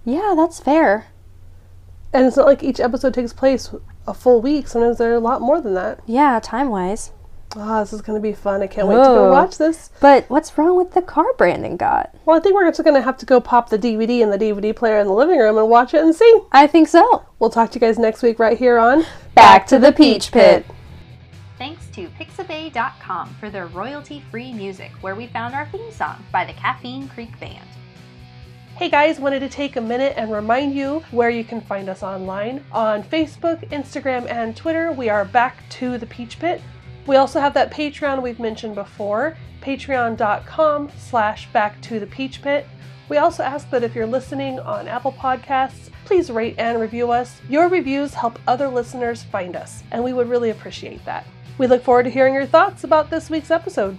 Yeah, that's fair. and it's not like each episode takes place a full week. Sometimes there are a lot more than that. Yeah, time wise. Ah, this is going to be fun. I can't wait to go Whoa. watch this. But what's wrong with the car Brandon got? Well, I think we're just going to have to go pop the DVD in the DVD player in the living room and watch it and see. I think so. We'll talk to you guys next week right here on Back to the Peach Pit. Thanks to Pixabay.com for their royalty free music, where we found our theme song by the Caffeine Creek Band. Hey guys, wanted to take a minute and remind you where you can find us online. On Facebook, Instagram, and Twitter, we are back to the Peach Pit. We also have that Patreon we've mentioned before, patreon.com slash back to the Peach Pit. We also ask that if you're listening on Apple Podcasts, please rate and review us. Your reviews help other listeners find us, and we would really appreciate that. We look forward to hearing your thoughts about this week's episode.